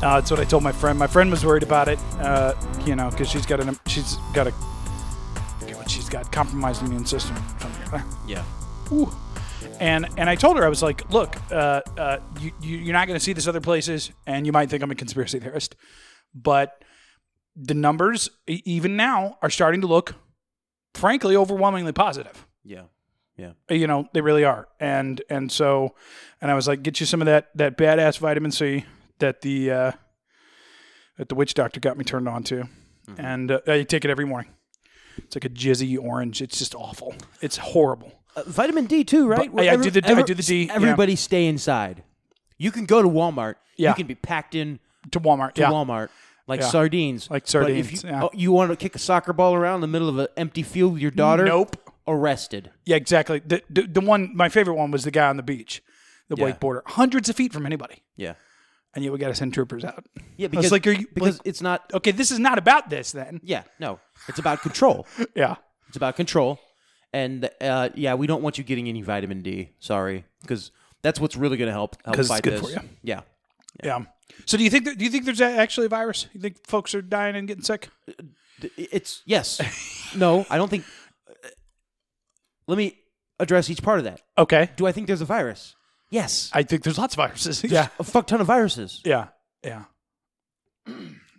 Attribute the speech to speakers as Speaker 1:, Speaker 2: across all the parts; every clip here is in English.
Speaker 1: Uh, that's what I told my friend. My friend was worried about it, uh, you know, because she's got an she's got a I forget what she's got compromised immune system. or something.
Speaker 2: Yeah.
Speaker 1: Ooh. And and I told her I was like, look, uh, uh, you, you you're not going to see this other places, and you might think I'm a conspiracy theorist, but the numbers e- even now are starting to look, frankly, overwhelmingly positive.
Speaker 2: Yeah.
Speaker 1: You know they really are, and and so, and I was like, get you some of that that badass vitamin C that the uh, that the witch doctor got me turned on to,
Speaker 2: Mm-hmm.
Speaker 1: and uh, I take it every morning. It's like a jizzy orange. It's just awful. It's horrible.
Speaker 2: Uh, vitamin D too, right?
Speaker 1: But- I- I do the- I do the D, yeah.
Speaker 2: Everybody stay inside. You can go to Walmart.
Speaker 1: Yeah.
Speaker 2: You can be packed in
Speaker 1: to Walmart.
Speaker 2: to
Speaker 1: yeah.
Speaker 2: Walmart like
Speaker 1: Yeah.
Speaker 2: sardines. But
Speaker 1: Like
Speaker 2: if
Speaker 1: sardines,
Speaker 2: you,
Speaker 1: yeah.
Speaker 2: oh, you want to kick a soccer ball around in the middle of an empty field with your daughter?
Speaker 1: Nope.
Speaker 2: Arrested.
Speaker 1: Yeah, exactly. The, the the one my favorite one was the guy on the beach, the
Speaker 2: Yeah.
Speaker 1: wakeboarder, hundreds of feet from anybody,
Speaker 2: Yeah.
Speaker 1: and yet we got to send troopers out.
Speaker 2: Yeah.
Speaker 1: I was
Speaker 2: Because
Speaker 1: like, are you
Speaker 2: because
Speaker 1: like,
Speaker 2: it's not. oh,
Speaker 1: okay? This is not about this then.
Speaker 2: Yeah. No. It's about control.
Speaker 1: Yeah,
Speaker 2: It's about control. And uh, yeah, we don't want you getting any vitamin D. Sorry, because that's what's really going to help help
Speaker 1: 'Cause it's
Speaker 2: fight
Speaker 1: good
Speaker 2: this.
Speaker 1: for you.
Speaker 2: Yeah.
Speaker 1: yeah. So do you think that, do you think there's a- actually a virus? You think folks are dying and getting sick?
Speaker 2: It's yes. no, I don't think. uh, Let me address each part of that.
Speaker 1: Okay,
Speaker 2: Do I think there's a virus? Yes.
Speaker 1: I think there's lots of viruses. Yeah,
Speaker 2: A fuck ton of viruses.
Speaker 1: yeah, yeah,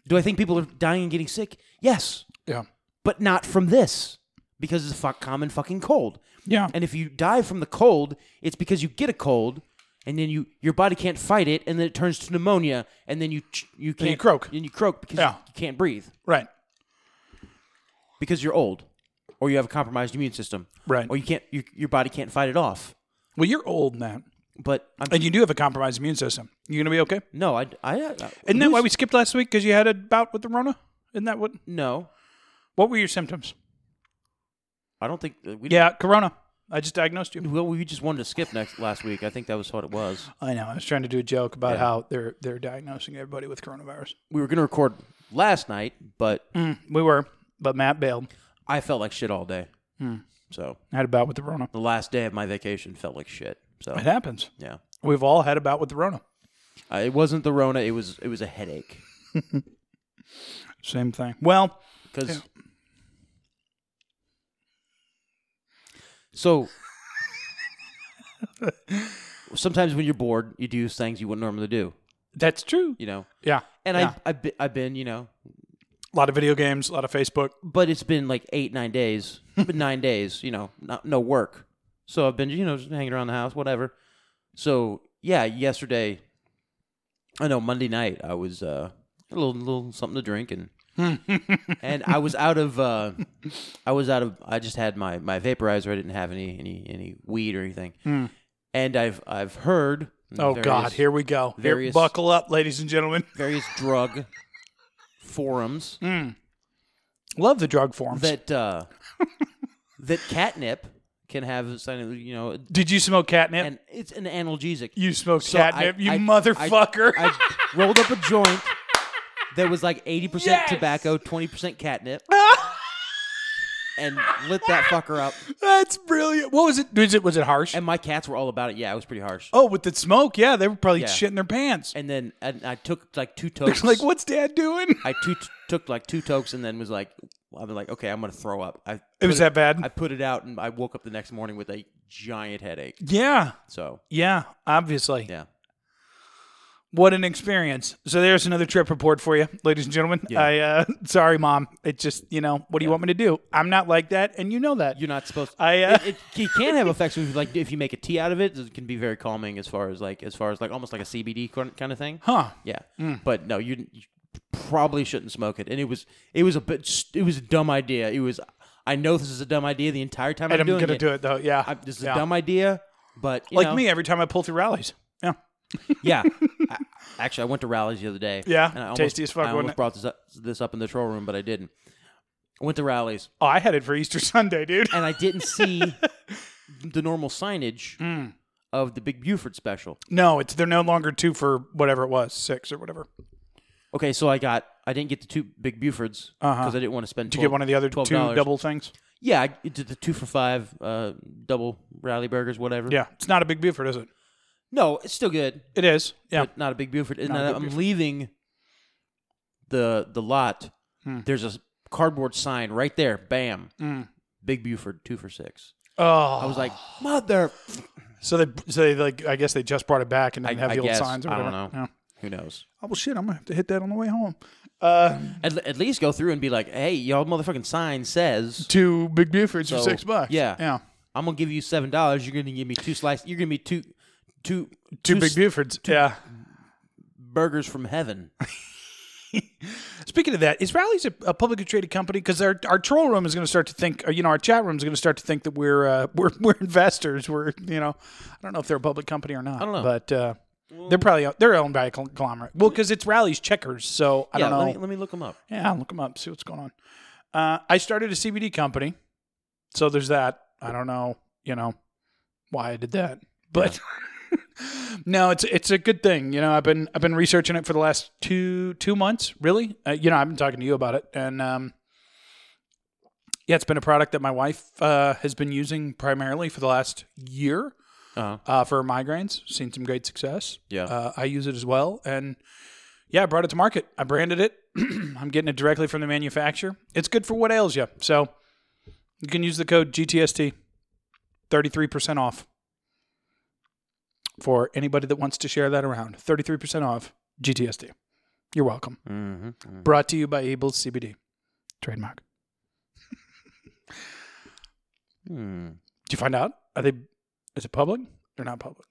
Speaker 2: Do I think people are dying and getting sick? Yes.
Speaker 1: yeah,
Speaker 2: But not from this because it's a fuck common fucking cold.
Speaker 1: yeah.
Speaker 2: And if you die from the cold, it's because you get a cold and then you your body can't fight it and then it turns to pneumonia and then you ch- you can't
Speaker 1: you croak.
Speaker 2: and you croak because
Speaker 1: Yeah.
Speaker 2: you can't breathe
Speaker 1: right.
Speaker 2: because you're old or you have a compromised immune system.
Speaker 1: Right.
Speaker 2: Or you can't you, your body can't fight it off.
Speaker 1: Well, you're old now,
Speaker 2: But I'm
Speaker 1: and you do have a compromised immune system. You gonna be okay?
Speaker 2: No, I. I, uh, I
Speaker 1: Isn't that why
Speaker 2: who's-
Speaker 1: we skipped last week? Because you had a bout with the Rona. Isn't that what?
Speaker 2: No,
Speaker 1: What were your symptoms?
Speaker 2: I don't think. uh, We,
Speaker 1: Yeah, Corona. I just diagnosed you.
Speaker 2: Well, we just wanted to skip next last week. I think that was what it was.
Speaker 1: I know. I was trying to do a joke about
Speaker 2: Yeah.
Speaker 1: how they're they're diagnosing everybody with coronavirus.
Speaker 2: We were gonna record last night, but
Speaker 1: We were, but Matt bailed.
Speaker 2: I felt like shit all day. So
Speaker 1: Had a bout with the Rona.
Speaker 2: the last day of my vacation felt like shit. So
Speaker 1: It happens.
Speaker 2: yeah,
Speaker 1: We've all had a bout with the Rona.
Speaker 2: I, it wasn't the Rona. It was it was a headache
Speaker 1: Same thing. Well,
Speaker 2: because. So. Sometimes when you're bored, you do things you wouldn't normally do.
Speaker 1: that's true.
Speaker 2: You know,
Speaker 1: Yeah.
Speaker 2: and
Speaker 1: Yeah.
Speaker 2: I, I've, been, I've been, you know,
Speaker 1: a lot of video games, a lot of Facebook.
Speaker 2: but it's been like eight, nine days. It's been nine days, you know, not, no work. So I've been, you know, just hanging around the house, whatever. So yeah, yesterday, I know Monday night I was uh, a little, little something to drink and and I was out of, uh, I was out of, I just had my my vaporizer. I didn't have any any any weed or anything. And I've I've heard.
Speaker 1: Hmm. Oh
Speaker 2: various-
Speaker 1: God, here we go. Here-
Speaker 2: various-
Speaker 1: buckle up, ladies and gentlemen.
Speaker 2: various drug
Speaker 1: Hmm.
Speaker 2: forums
Speaker 1: Love the drug forms.
Speaker 2: that uh, that catnip can have some, you know,
Speaker 1: Did you smoke catnip?
Speaker 2: and it's an analgesic.
Speaker 1: you smoked
Speaker 2: So I-
Speaker 1: catnip, you
Speaker 2: I-
Speaker 1: motherfucker.
Speaker 2: I, I rolled up a joint that was like eighty percent tobacco, twenty percent catnip, and lit that fucker up.
Speaker 1: that's brilliant. What was it? Was it was it harsh?
Speaker 2: And my cats were all about it. Yeah, it was pretty harsh.
Speaker 1: oh, with the smoke, yeah, they were probably
Speaker 2: Yeah.
Speaker 1: shitting their pants.
Speaker 2: And then and I took like two tokes.
Speaker 1: like, what's Dad doing?
Speaker 2: I two, took like two tokes and then was like, I was like, okay, I'm gonna throw up. I
Speaker 1: It was
Speaker 2: put
Speaker 1: that bad?
Speaker 2: I put it out and I woke up the next morning with a giant headache.
Speaker 1: yeah,
Speaker 2: So
Speaker 1: yeah, obviously.
Speaker 2: yeah.
Speaker 1: What an experience! So there's another trip report for you, ladies and gentlemen. I uh, sorry, mom. It just you know what do you want me to do? I'm not like that, and you know that.
Speaker 2: You're not supposed. to.
Speaker 1: I, uh,
Speaker 2: it, it, it can have effects if you, like if you make a tea out of it. It can be very calming as far as like as far as like almost like a CBD kind kind of thing.
Speaker 1: huh? Hmm.
Speaker 2: Yeah, but no, you, you probably shouldn't smoke it. And it was it was a bit st- it was a dumb idea. It was I know this is a dumb idea the entire time
Speaker 1: And
Speaker 2: I'm,
Speaker 1: I'm
Speaker 2: doing
Speaker 1: gonna
Speaker 2: it.
Speaker 1: do it though. Yeah,
Speaker 2: I, this is
Speaker 1: Yeah.
Speaker 2: a dumb idea, but you
Speaker 1: Like
Speaker 2: know,
Speaker 1: me, every time I pull through rallies. Yeah,
Speaker 2: Yeah. I, actually, I went to rallies the other day.
Speaker 1: Yeah,
Speaker 2: And I almost,
Speaker 1: tasty as fuck,
Speaker 2: I
Speaker 1: wasn't
Speaker 2: almost
Speaker 1: it?
Speaker 2: brought this up, this up in the troll room, but I didn't. I went to rallies
Speaker 1: Oh, I had it for Easter Sunday, dude.
Speaker 2: and I didn't see the normal signage
Speaker 1: Mm.
Speaker 2: of the Big Buford special.
Speaker 1: No, it's they're no longer two for whatever it was, six or whatever.
Speaker 2: Okay, so I got I didn't get the two Big Bufords because I didn't want to spend.
Speaker 1: Did
Speaker 2: 12,
Speaker 1: you Uh-huh. get one of the other two
Speaker 2: $12.
Speaker 1: double things?
Speaker 2: Yeah, I did the two for five uh, double rally burgers, whatever.
Speaker 1: Yeah, it's not a big Buford, is it?
Speaker 2: no, it's still good.
Speaker 1: It is. Yeah.
Speaker 2: but not a big Buford. And
Speaker 1: Not a
Speaker 2: then
Speaker 1: big
Speaker 2: I'm
Speaker 1: Buford.
Speaker 2: leaving the the lot.
Speaker 1: Hmm.
Speaker 2: There's a cardboard sign right there. Bam. Big Buford, two for six.
Speaker 1: Oh,
Speaker 2: I was like, mother.
Speaker 1: so they so they like I guess they just brought it back and
Speaker 2: I,
Speaker 1: didn't have
Speaker 2: I
Speaker 1: the old
Speaker 2: guess.
Speaker 1: signs or
Speaker 2: I
Speaker 1: whatever.
Speaker 2: don't know.
Speaker 1: Yeah.
Speaker 2: Who knows?
Speaker 1: Oh well, shit! I'm gonna have to hit that on the way home.
Speaker 2: At, at least go through and be like, hey, y'all motherfucking sign says
Speaker 1: Two big Bufords
Speaker 2: So,
Speaker 1: for six bucks.
Speaker 2: yeah.
Speaker 1: yeah.
Speaker 2: I'm gonna give you seven dollars. You're gonna give me two slices. You're gonna be two, two,
Speaker 1: Two,
Speaker 2: two
Speaker 1: big
Speaker 2: s-
Speaker 1: Bufords. yeah.
Speaker 2: burgers from heaven.
Speaker 1: Speaking of that, is Rally's a, a publicly traded company? Because our, our troll room is going to start to think, or, you know, our chat room is going to start to think that we're uh, we're we're investors. We're you know, I don't know if they're a public company or not. I
Speaker 2: don't know.
Speaker 1: but uh, they're probably they're owned by a conglomerate. Well, because it's Rally's Checkers, so I
Speaker 2: yeah,
Speaker 1: don't know.
Speaker 2: Let, me, let me look them up.
Speaker 1: Yeah, I'll look them up, see what's going on. Uh, I started a CBD company, so there's that. I don't know, you know, why I did that, but no, it's it's a good thing. You know, I've been I've been researching it for the last two two months, really. Uh, you know, I've been talking to you about it, and um, yeah, it's been a product that my wife uh, has been using primarily for the last year
Speaker 2: Uh-huh.
Speaker 1: uh, for migraines. Seen some great success.
Speaker 2: Yeah.
Speaker 1: uh, I use it as well, and yeah, I brought it to market. I branded it. I'm getting it directly from the manufacturer. It's good for what ails you. So you can use the code GTST, 33% off for anybody that wants to share that around. 33% off GTST. You're welcome.
Speaker 2: Mm-hmm.
Speaker 1: Brought to you by Abel's CBD, trademark.
Speaker 2: Hmm.
Speaker 1: Did you find out? Are they, is it public? They're not public.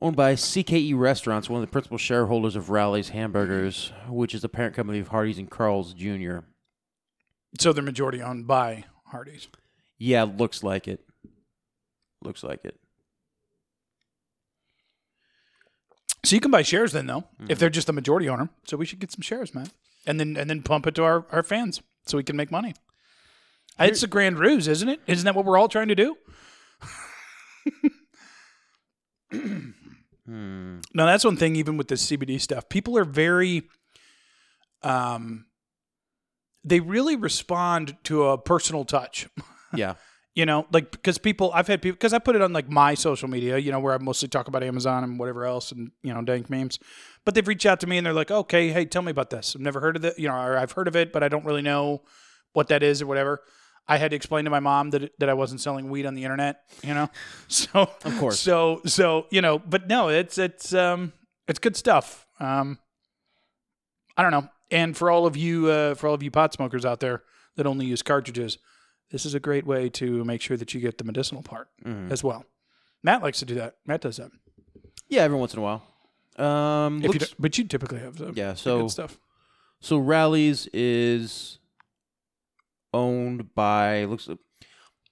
Speaker 2: Owned by CKE Restaurants, one of the principal shareholders of Rally's Hamburgers, which is the parent company of Hardee's and Carl's Jr.
Speaker 1: So they're majority owned by Hardee's.
Speaker 2: Yeah, looks like it. Looks like it.
Speaker 1: So you can buy shares then, though, if they're just the majority owner. So we should get some shares, man, and then and then pump it to our, our fans so we can make money. It's a grand ruse, isn't it? Isn't that what we're all trying to do? No, that's one thing. Even with the CBD stuff, people are very, um, they really respond to a personal touch.
Speaker 2: Yeah.
Speaker 1: You know, like because people, I've had people because I put it on like my social media, you know, where I mostly talk about Amazon and whatever else, and you know, dank memes. But they've reached out to me and they're like, "Okay, hey, tell me about this. I've never heard of it, you know, or I've heard of it, but I don't really know what that is or whatever." I had to explain to my mom that that I wasn't selling weed on the internet, you know. So of
Speaker 2: course.
Speaker 1: so so you know, but no, it's it's um it's good stuff. Um, I don't know. And for all of you uh, for all of you pot smokers out there that only use cartridges, this is a great way to make sure that you get the medicinal part
Speaker 2: Mm.
Speaker 1: as well. Matt likes to do that. Matt does that.
Speaker 2: Yeah, every once in a while. Um,
Speaker 1: If you
Speaker 2: looks-
Speaker 1: don't- but you typically have the,
Speaker 2: yeah,
Speaker 1: the
Speaker 2: so
Speaker 1: good stuff.
Speaker 2: so Rally's is owned by looks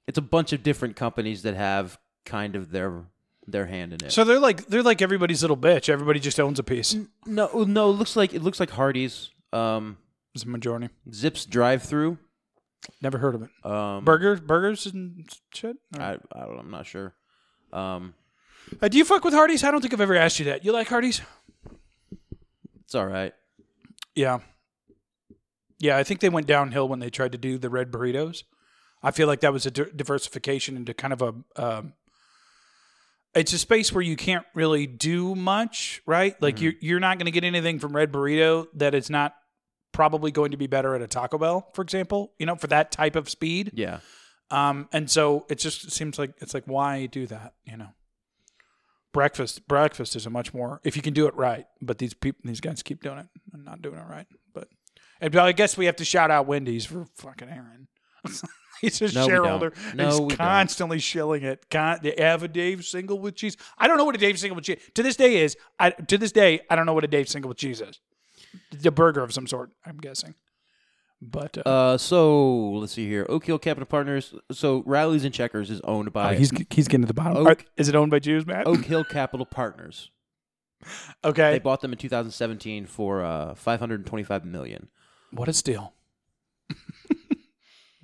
Speaker 2: it's a bunch of different companies that have kind of their their hand in it.
Speaker 1: So they're like they're like everybody's little bitch. Everybody just owns a piece.
Speaker 2: Mm. no no, it looks like it looks like Hardee's um
Speaker 1: It's a majority.
Speaker 2: Zips drive through.
Speaker 1: Never heard of it.
Speaker 2: Um
Speaker 1: Burgers, burgers and shit.
Speaker 2: I, I don't, I'm not sure. Um
Speaker 1: Uh, do you fuck with Hardee's? I don't think I've ever asked you that. You like Hardee's?
Speaker 2: it's all right.
Speaker 1: Yeah. Yeah, I think they went downhill when they tried to do the red burritos. I feel like that was a di- diversification into kind of a. Um, it's a space where you can't really do much, right? Like you're you're not going to get anything from Red Burrito that is not probably going to be better at a Taco Bell, for example. You know, for that type of speed.
Speaker 2: Yeah.
Speaker 1: Um, and so it just seems like it's like why do that? You know, breakfast breakfast is a much more if you can do it right. But these people, these guys keep doing it and not doing it right. But and I guess we have to shout out Wendy's for fucking Aaron. He's a
Speaker 2: No, we don't.
Speaker 1: shareholder.
Speaker 2: No, we
Speaker 1: He's
Speaker 2: don't.
Speaker 1: constantly shilling it. Con- they have a Dave single with cheese. I don't know what a Dave single with cheese to this day is. I to this day I don't know what a Dave single with cheese is. The burger of some sort, I'm guessing, But uh,
Speaker 2: Uh, so let's see here. Oak Hill Capital Partners. So Riley's and Checkers is owned
Speaker 1: oh,
Speaker 2: by
Speaker 1: he's he's getting to the bottom.
Speaker 2: Uh, Oak-
Speaker 1: Are- is it owned by Jews, Matt?
Speaker 2: Oak Hill Capital Partners. They
Speaker 1: okay.
Speaker 2: bought them in 2017 for uh, 525 million.
Speaker 1: What a steal!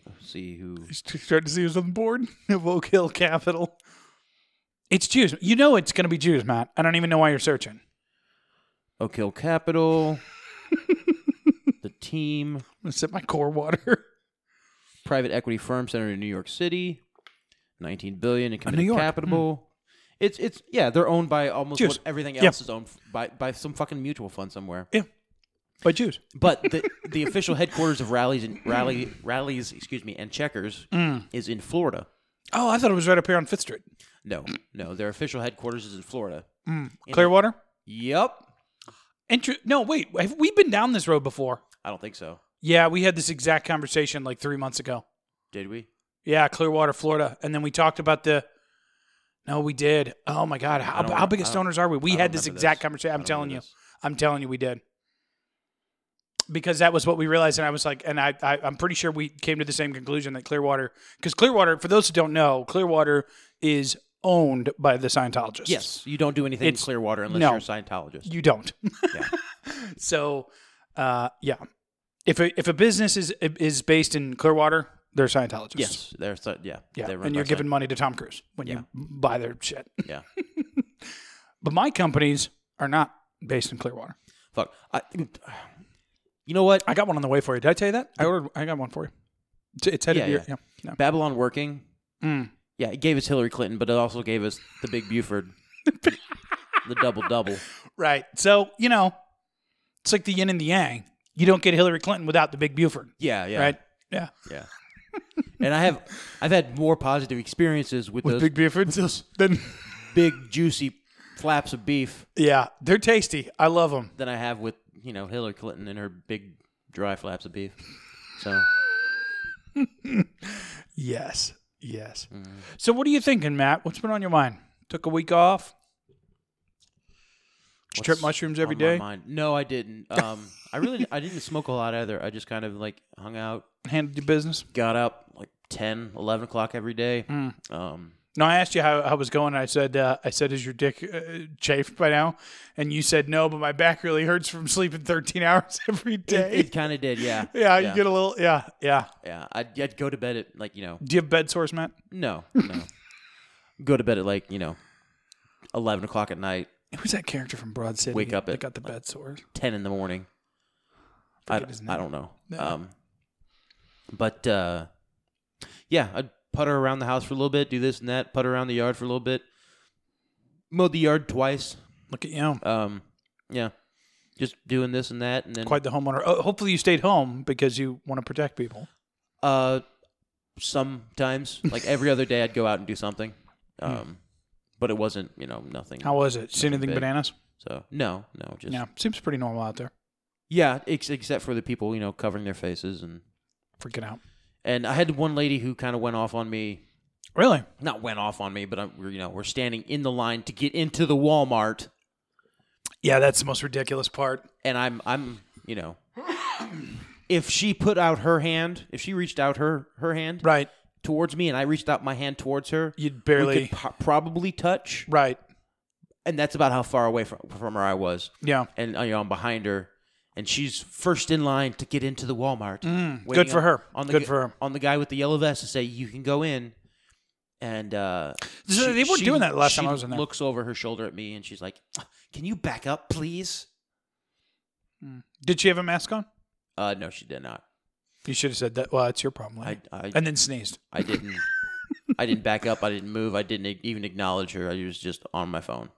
Speaker 2: Let's see who.
Speaker 1: He's starting to see who's on the board of Oak Hill Capital. It's Jews. You know it's going to be Jews, Matt. I don't even know why you're searching.
Speaker 2: Oak Hill Capital. the team.
Speaker 1: I'm gonna sip my core water.
Speaker 2: private equity firm centered in New York City, nineteen billion in
Speaker 1: New
Speaker 2: committed
Speaker 1: York, Hmm.
Speaker 2: capital. It's it's yeah, they're owned by almost
Speaker 1: Jews.
Speaker 2: what everything
Speaker 1: Yeah.
Speaker 2: else is owned f- by by some fucking mutual fund somewhere.
Speaker 1: yeah, by Jews.
Speaker 2: But the the official headquarters of rallies and rally rallies excuse me and checkers
Speaker 1: Hmm.
Speaker 2: is in Florida.
Speaker 1: Oh, I thought it was right up here on Fifth Street.
Speaker 2: No, no, their official headquarters is in Florida. In-
Speaker 1: Clearwater.
Speaker 2: Yep,
Speaker 1: Entry- no, wait. Have we been down this road before?
Speaker 2: I don't think so.
Speaker 1: Yeah, we had this exact conversation like three months ago.
Speaker 2: Did we?
Speaker 1: Yeah, Clearwater, Florida, and then we talked about the. No, we did. Oh my God,
Speaker 2: I
Speaker 1: how,
Speaker 2: don't
Speaker 1: how
Speaker 2: rem-
Speaker 1: big of
Speaker 2: I don't-
Speaker 1: stoners are we? We
Speaker 2: I
Speaker 1: had
Speaker 2: don't
Speaker 1: this
Speaker 2: remember
Speaker 1: exact
Speaker 2: this.
Speaker 1: conversation.
Speaker 2: I
Speaker 1: I'm
Speaker 2: don't
Speaker 1: telling you,
Speaker 2: remember this.
Speaker 1: I'm telling you, we did. Because that was what we realized, and I was like, and I, I I'm pretty sure we came to the same conclusion that Clearwater, because Clearwater, for those who don't know, Clearwater is owned by the Scientologists.
Speaker 2: Yes, you don't do anything in
Speaker 1: It's-
Speaker 2: Clearwater unless
Speaker 1: no.
Speaker 2: you're a Scientologist.
Speaker 1: You don't.
Speaker 2: Yeah.
Speaker 1: so, uh, yeah. If a, if a business is is based in Clearwater, they're Scientologists.
Speaker 2: yes, they're so, yeah,
Speaker 1: Yeah.
Speaker 2: they're run
Speaker 1: And
Speaker 2: by
Speaker 1: you're giving
Speaker 2: Scient-
Speaker 1: money to Tom Cruise when
Speaker 2: Yeah.
Speaker 1: you buy their shit.
Speaker 2: yeah.
Speaker 1: But my companies are not based in Clearwater.
Speaker 2: Fuck, I, you know what?
Speaker 1: I got one on the way for you. Did I tell you that? I ordered. I got one for you. It's- It's headed
Speaker 2: Yeah,
Speaker 1: to your-
Speaker 2: yeah.
Speaker 1: yeah. No.
Speaker 2: Babylon working.
Speaker 1: Mm.
Speaker 2: Yeah, it gave us Hillary Clinton, but it also gave us the Big Buford, the double double.
Speaker 1: Right. So you know, it's like the yin and the yang. You don't get Hillary Clinton without the big Buford,
Speaker 2: Yeah, yeah,
Speaker 1: right? Yeah.
Speaker 2: yeah. And I have, I've had more positive experiences with, those big,
Speaker 1: Bufords. Then,
Speaker 2: juicy flaps of beef
Speaker 1: yeah, they're tasty. I love them.
Speaker 2: than I have with you know Hillary Clinton and her big dry flaps of beef. So
Speaker 1: Yes. Yes.
Speaker 2: Mm.
Speaker 1: So what are you thinking, Matt? What's been on your mind? Took a week off. Did you trip
Speaker 2: what's
Speaker 1: mushrooms every
Speaker 2: on my
Speaker 1: day.
Speaker 2: mind? No, I didn't. Um, I really, I didn't smoke a lot either. I just kind of like hung out,
Speaker 1: Handled your business.
Speaker 2: got up like 10, 11 o'clock every day.
Speaker 1: Hmm.
Speaker 2: Um,
Speaker 1: No, I asked you how how it was going. and I said, uh, I said, is your dick uh, chafed by now? And you said no, but my back really hurts from sleeping 13 hours every day.
Speaker 2: it kind of did, yeah.
Speaker 1: yeah,
Speaker 2: yeah.
Speaker 1: you get a little. Yeah, yeah.
Speaker 2: Yeah, I'd, I'd go to bed at like you know,
Speaker 1: Do you have bed sores, Matt?
Speaker 2: no, no, go to bed at like you know, eleven o'clock at night,
Speaker 1: Who's that character from Broad City?
Speaker 2: Wake up
Speaker 1: that
Speaker 2: at-
Speaker 1: got the bed sores.
Speaker 2: ten in the morning. I,
Speaker 1: Forget his
Speaker 2: I
Speaker 1: name.
Speaker 2: don't know.
Speaker 1: No.
Speaker 2: Um, but uh, yeah, I'd putter around the house for a little bit, do this and that, putter around the yard for a little bit, mowed the yard twice.
Speaker 1: Look at you,
Speaker 2: Um, yeah, just doing this and that, and then
Speaker 1: quite the homeowner. Oh, hopefully, you stayed home because you want to protect people.
Speaker 2: Uh, sometimes, like every other day, I'd go out and do something. Um, but it wasn't, you know, nothing.
Speaker 1: Hmm. How was it? See anything
Speaker 2: big.
Speaker 1: bananas?
Speaker 2: so no, no, just
Speaker 1: Yeah, seems pretty normal out there.
Speaker 2: yeah, ex- except for the people, you know, covering their faces and
Speaker 1: Freaking out.
Speaker 2: and I had one lady who kind of went off on me.
Speaker 1: Really?
Speaker 2: Not went off on me, but I'm, we're you know we're standing in the line to get into the Walmart,
Speaker 1: Yeah, that's the most ridiculous part.
Speaker 2: and I'm I'm you know. If she put out her hand, if she reached out her her hand
Speaker 1: Right.
Speaker 2: towards me, and I reached out my hand towards her,
Speaker 1: You'd
Speaker 2: we
Speaker 1: barely.
Speaker 2: could po- probably touch.
Speaker 1: Right.
Speaker 2: and that's about how far away from, from her I was.
Speaker 1: Yeah.
Speaker 2: And uh, you know, I'm behind her, and she's first in line to get into the Walmart. Waiting
Speaker 1: Mm, Good for
Speaker 2: on-
Speaker 1: her.
Speaker 2: On the
Speaker 1: Good
Speaker 2: gu-
Speaker 1: for her.
Speaker 2: On the guy with the yellow vest to say you can go in, and uh,
Speaker 1: So they weren't doing that last time I was in there.
Speaker 2: Looks over her shoulder at me, and she's like, "Can you back up, please?"
Speaker 1: Did she have a mask on?
Speaker 2: Uh, no, she did not.
Speaker 1: You should have said that. Well, it's your problem.
Speaker 2: I I,
Speaker 1: and then sneezed.
Speaker 2: I didn't. I didn't back up. I didn't move. I didn't e, even acknowledge her. I was just on my phone,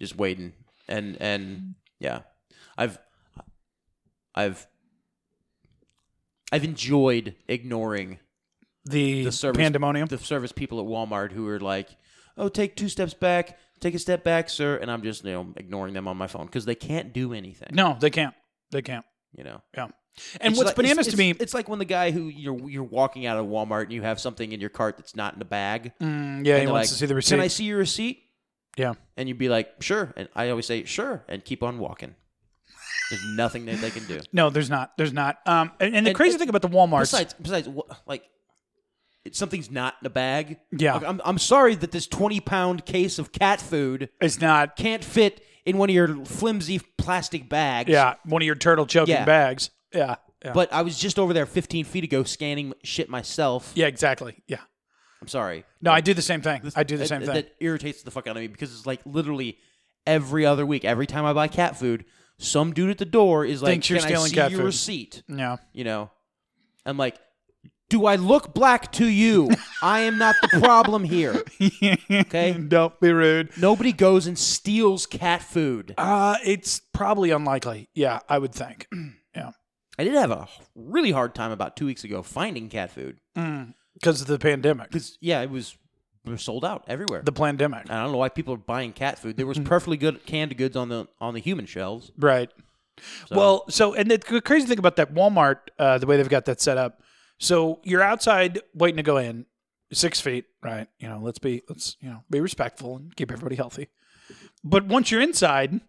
Speaker 2: just waiting. And and yeah, I've I've I've enjoyed ignoring
Speaker 1: The,
Speaker 2: the service
Speaker 1: pandemonium.
Speaker 2: the service people at Walmart who are like, "Oh, take two steps back, take a step back, sir," and I'm just you know ignoring them on my phone because they can't do anything.
Speaker 1: no, they can't. They can't.
Speaker 2: you know.
Speaker 1: Yeah. And
Speaker 2: It's
Speaker 1: what's
Speaker 2: like-
Speaker 1: bananas
Speaker 2: it's-
Speaker 1: to me?
Speaker 2: it's- It's like when the guy who you're you're walking out of Walmart and you have something in your cart that's not in a bag.
Speaker 1: Mm, yeah, he
Speaker 2: And they're
Speaker 1: wants
Speaker 2: like,
Speaker 1: to see the
Speaker 2: Can I
Speaker 1: receipt.
Speaker 2: see your receipt?
Speaker 1: yeah.
Speaker 2: And you'd be like, sure. And I always say, sure, and keep on walking. There's nothing that they can do.
Speaker 1: No, there's not. There's not. Um, and, and the
Speaker 2: And-
Speaker 1: crazy
Speaker 2: and-
Speaker 1: thing about the Walmarts,
Speaker 2: Besides, besides, wh- like it, something's not in a bag.
Speaker 1: Yeah.
Speaker 2: Like, I'm, I'm sorry that this 20 pound case of cat food
Speaker 1: it's not.
Speaker 2: can't fit in one of your flimsy plastic bags.
Speaker 1: Yeah, one of your turtle choking
Speaker 2: Yeah.
Speaker 1: bags. Yeah, yeah,
Speaker 2: But I was just over there 15 feet ago scanning shit myself.
Speaker 1: yeah, exactly. Yeah.
Speaker 2: I'm sorry.
Speaker 1: No, I do the same thing. I do the
Speaker 2: That-
Speaker 1: same thing.
Speaker 2: That irritates the fuck out of me because it's like literally every other week, every time I buy cat food, some dude at the door is like,
Speaker 1: Thinks you're
Speaker 2: "Can I
Speaker 1: stealing
Speaker 2: see
Speaker 1: cat
Speaker 2: your
Speaker 1: food."
Speaker 2: receipt?"
Speaker 1: Yeah.
Speaker 2: You know, I'm like, "Do I look black to you? I am not the problem here." Okay,
Speaker 1: Don't be rude.
Speaker 2: nobody goes and steals cat food.
Speaker 1: Uh, it's probably unlikely. Yeah, I would think.
Speaker 2: I did have a really hard time about two weeks ago finding cat food
Speaker 1: Because of the pandemic.
Speaker 2: because yeah, it was they were sold out everywhere.
Speaker 1: The pandemic.
Speaker 2: I don't know why people are buying cat food. There was perfectly good canned goods on the on the human shelves.
Speaker 1: Right. Well, so and the c- crazy thing about that Walmart, uh, the way they've got that set up, so you're outside waiting to go in, six feet, right? You know, let's be let's you know be respectful and keep everybody healthy. But once you're inside,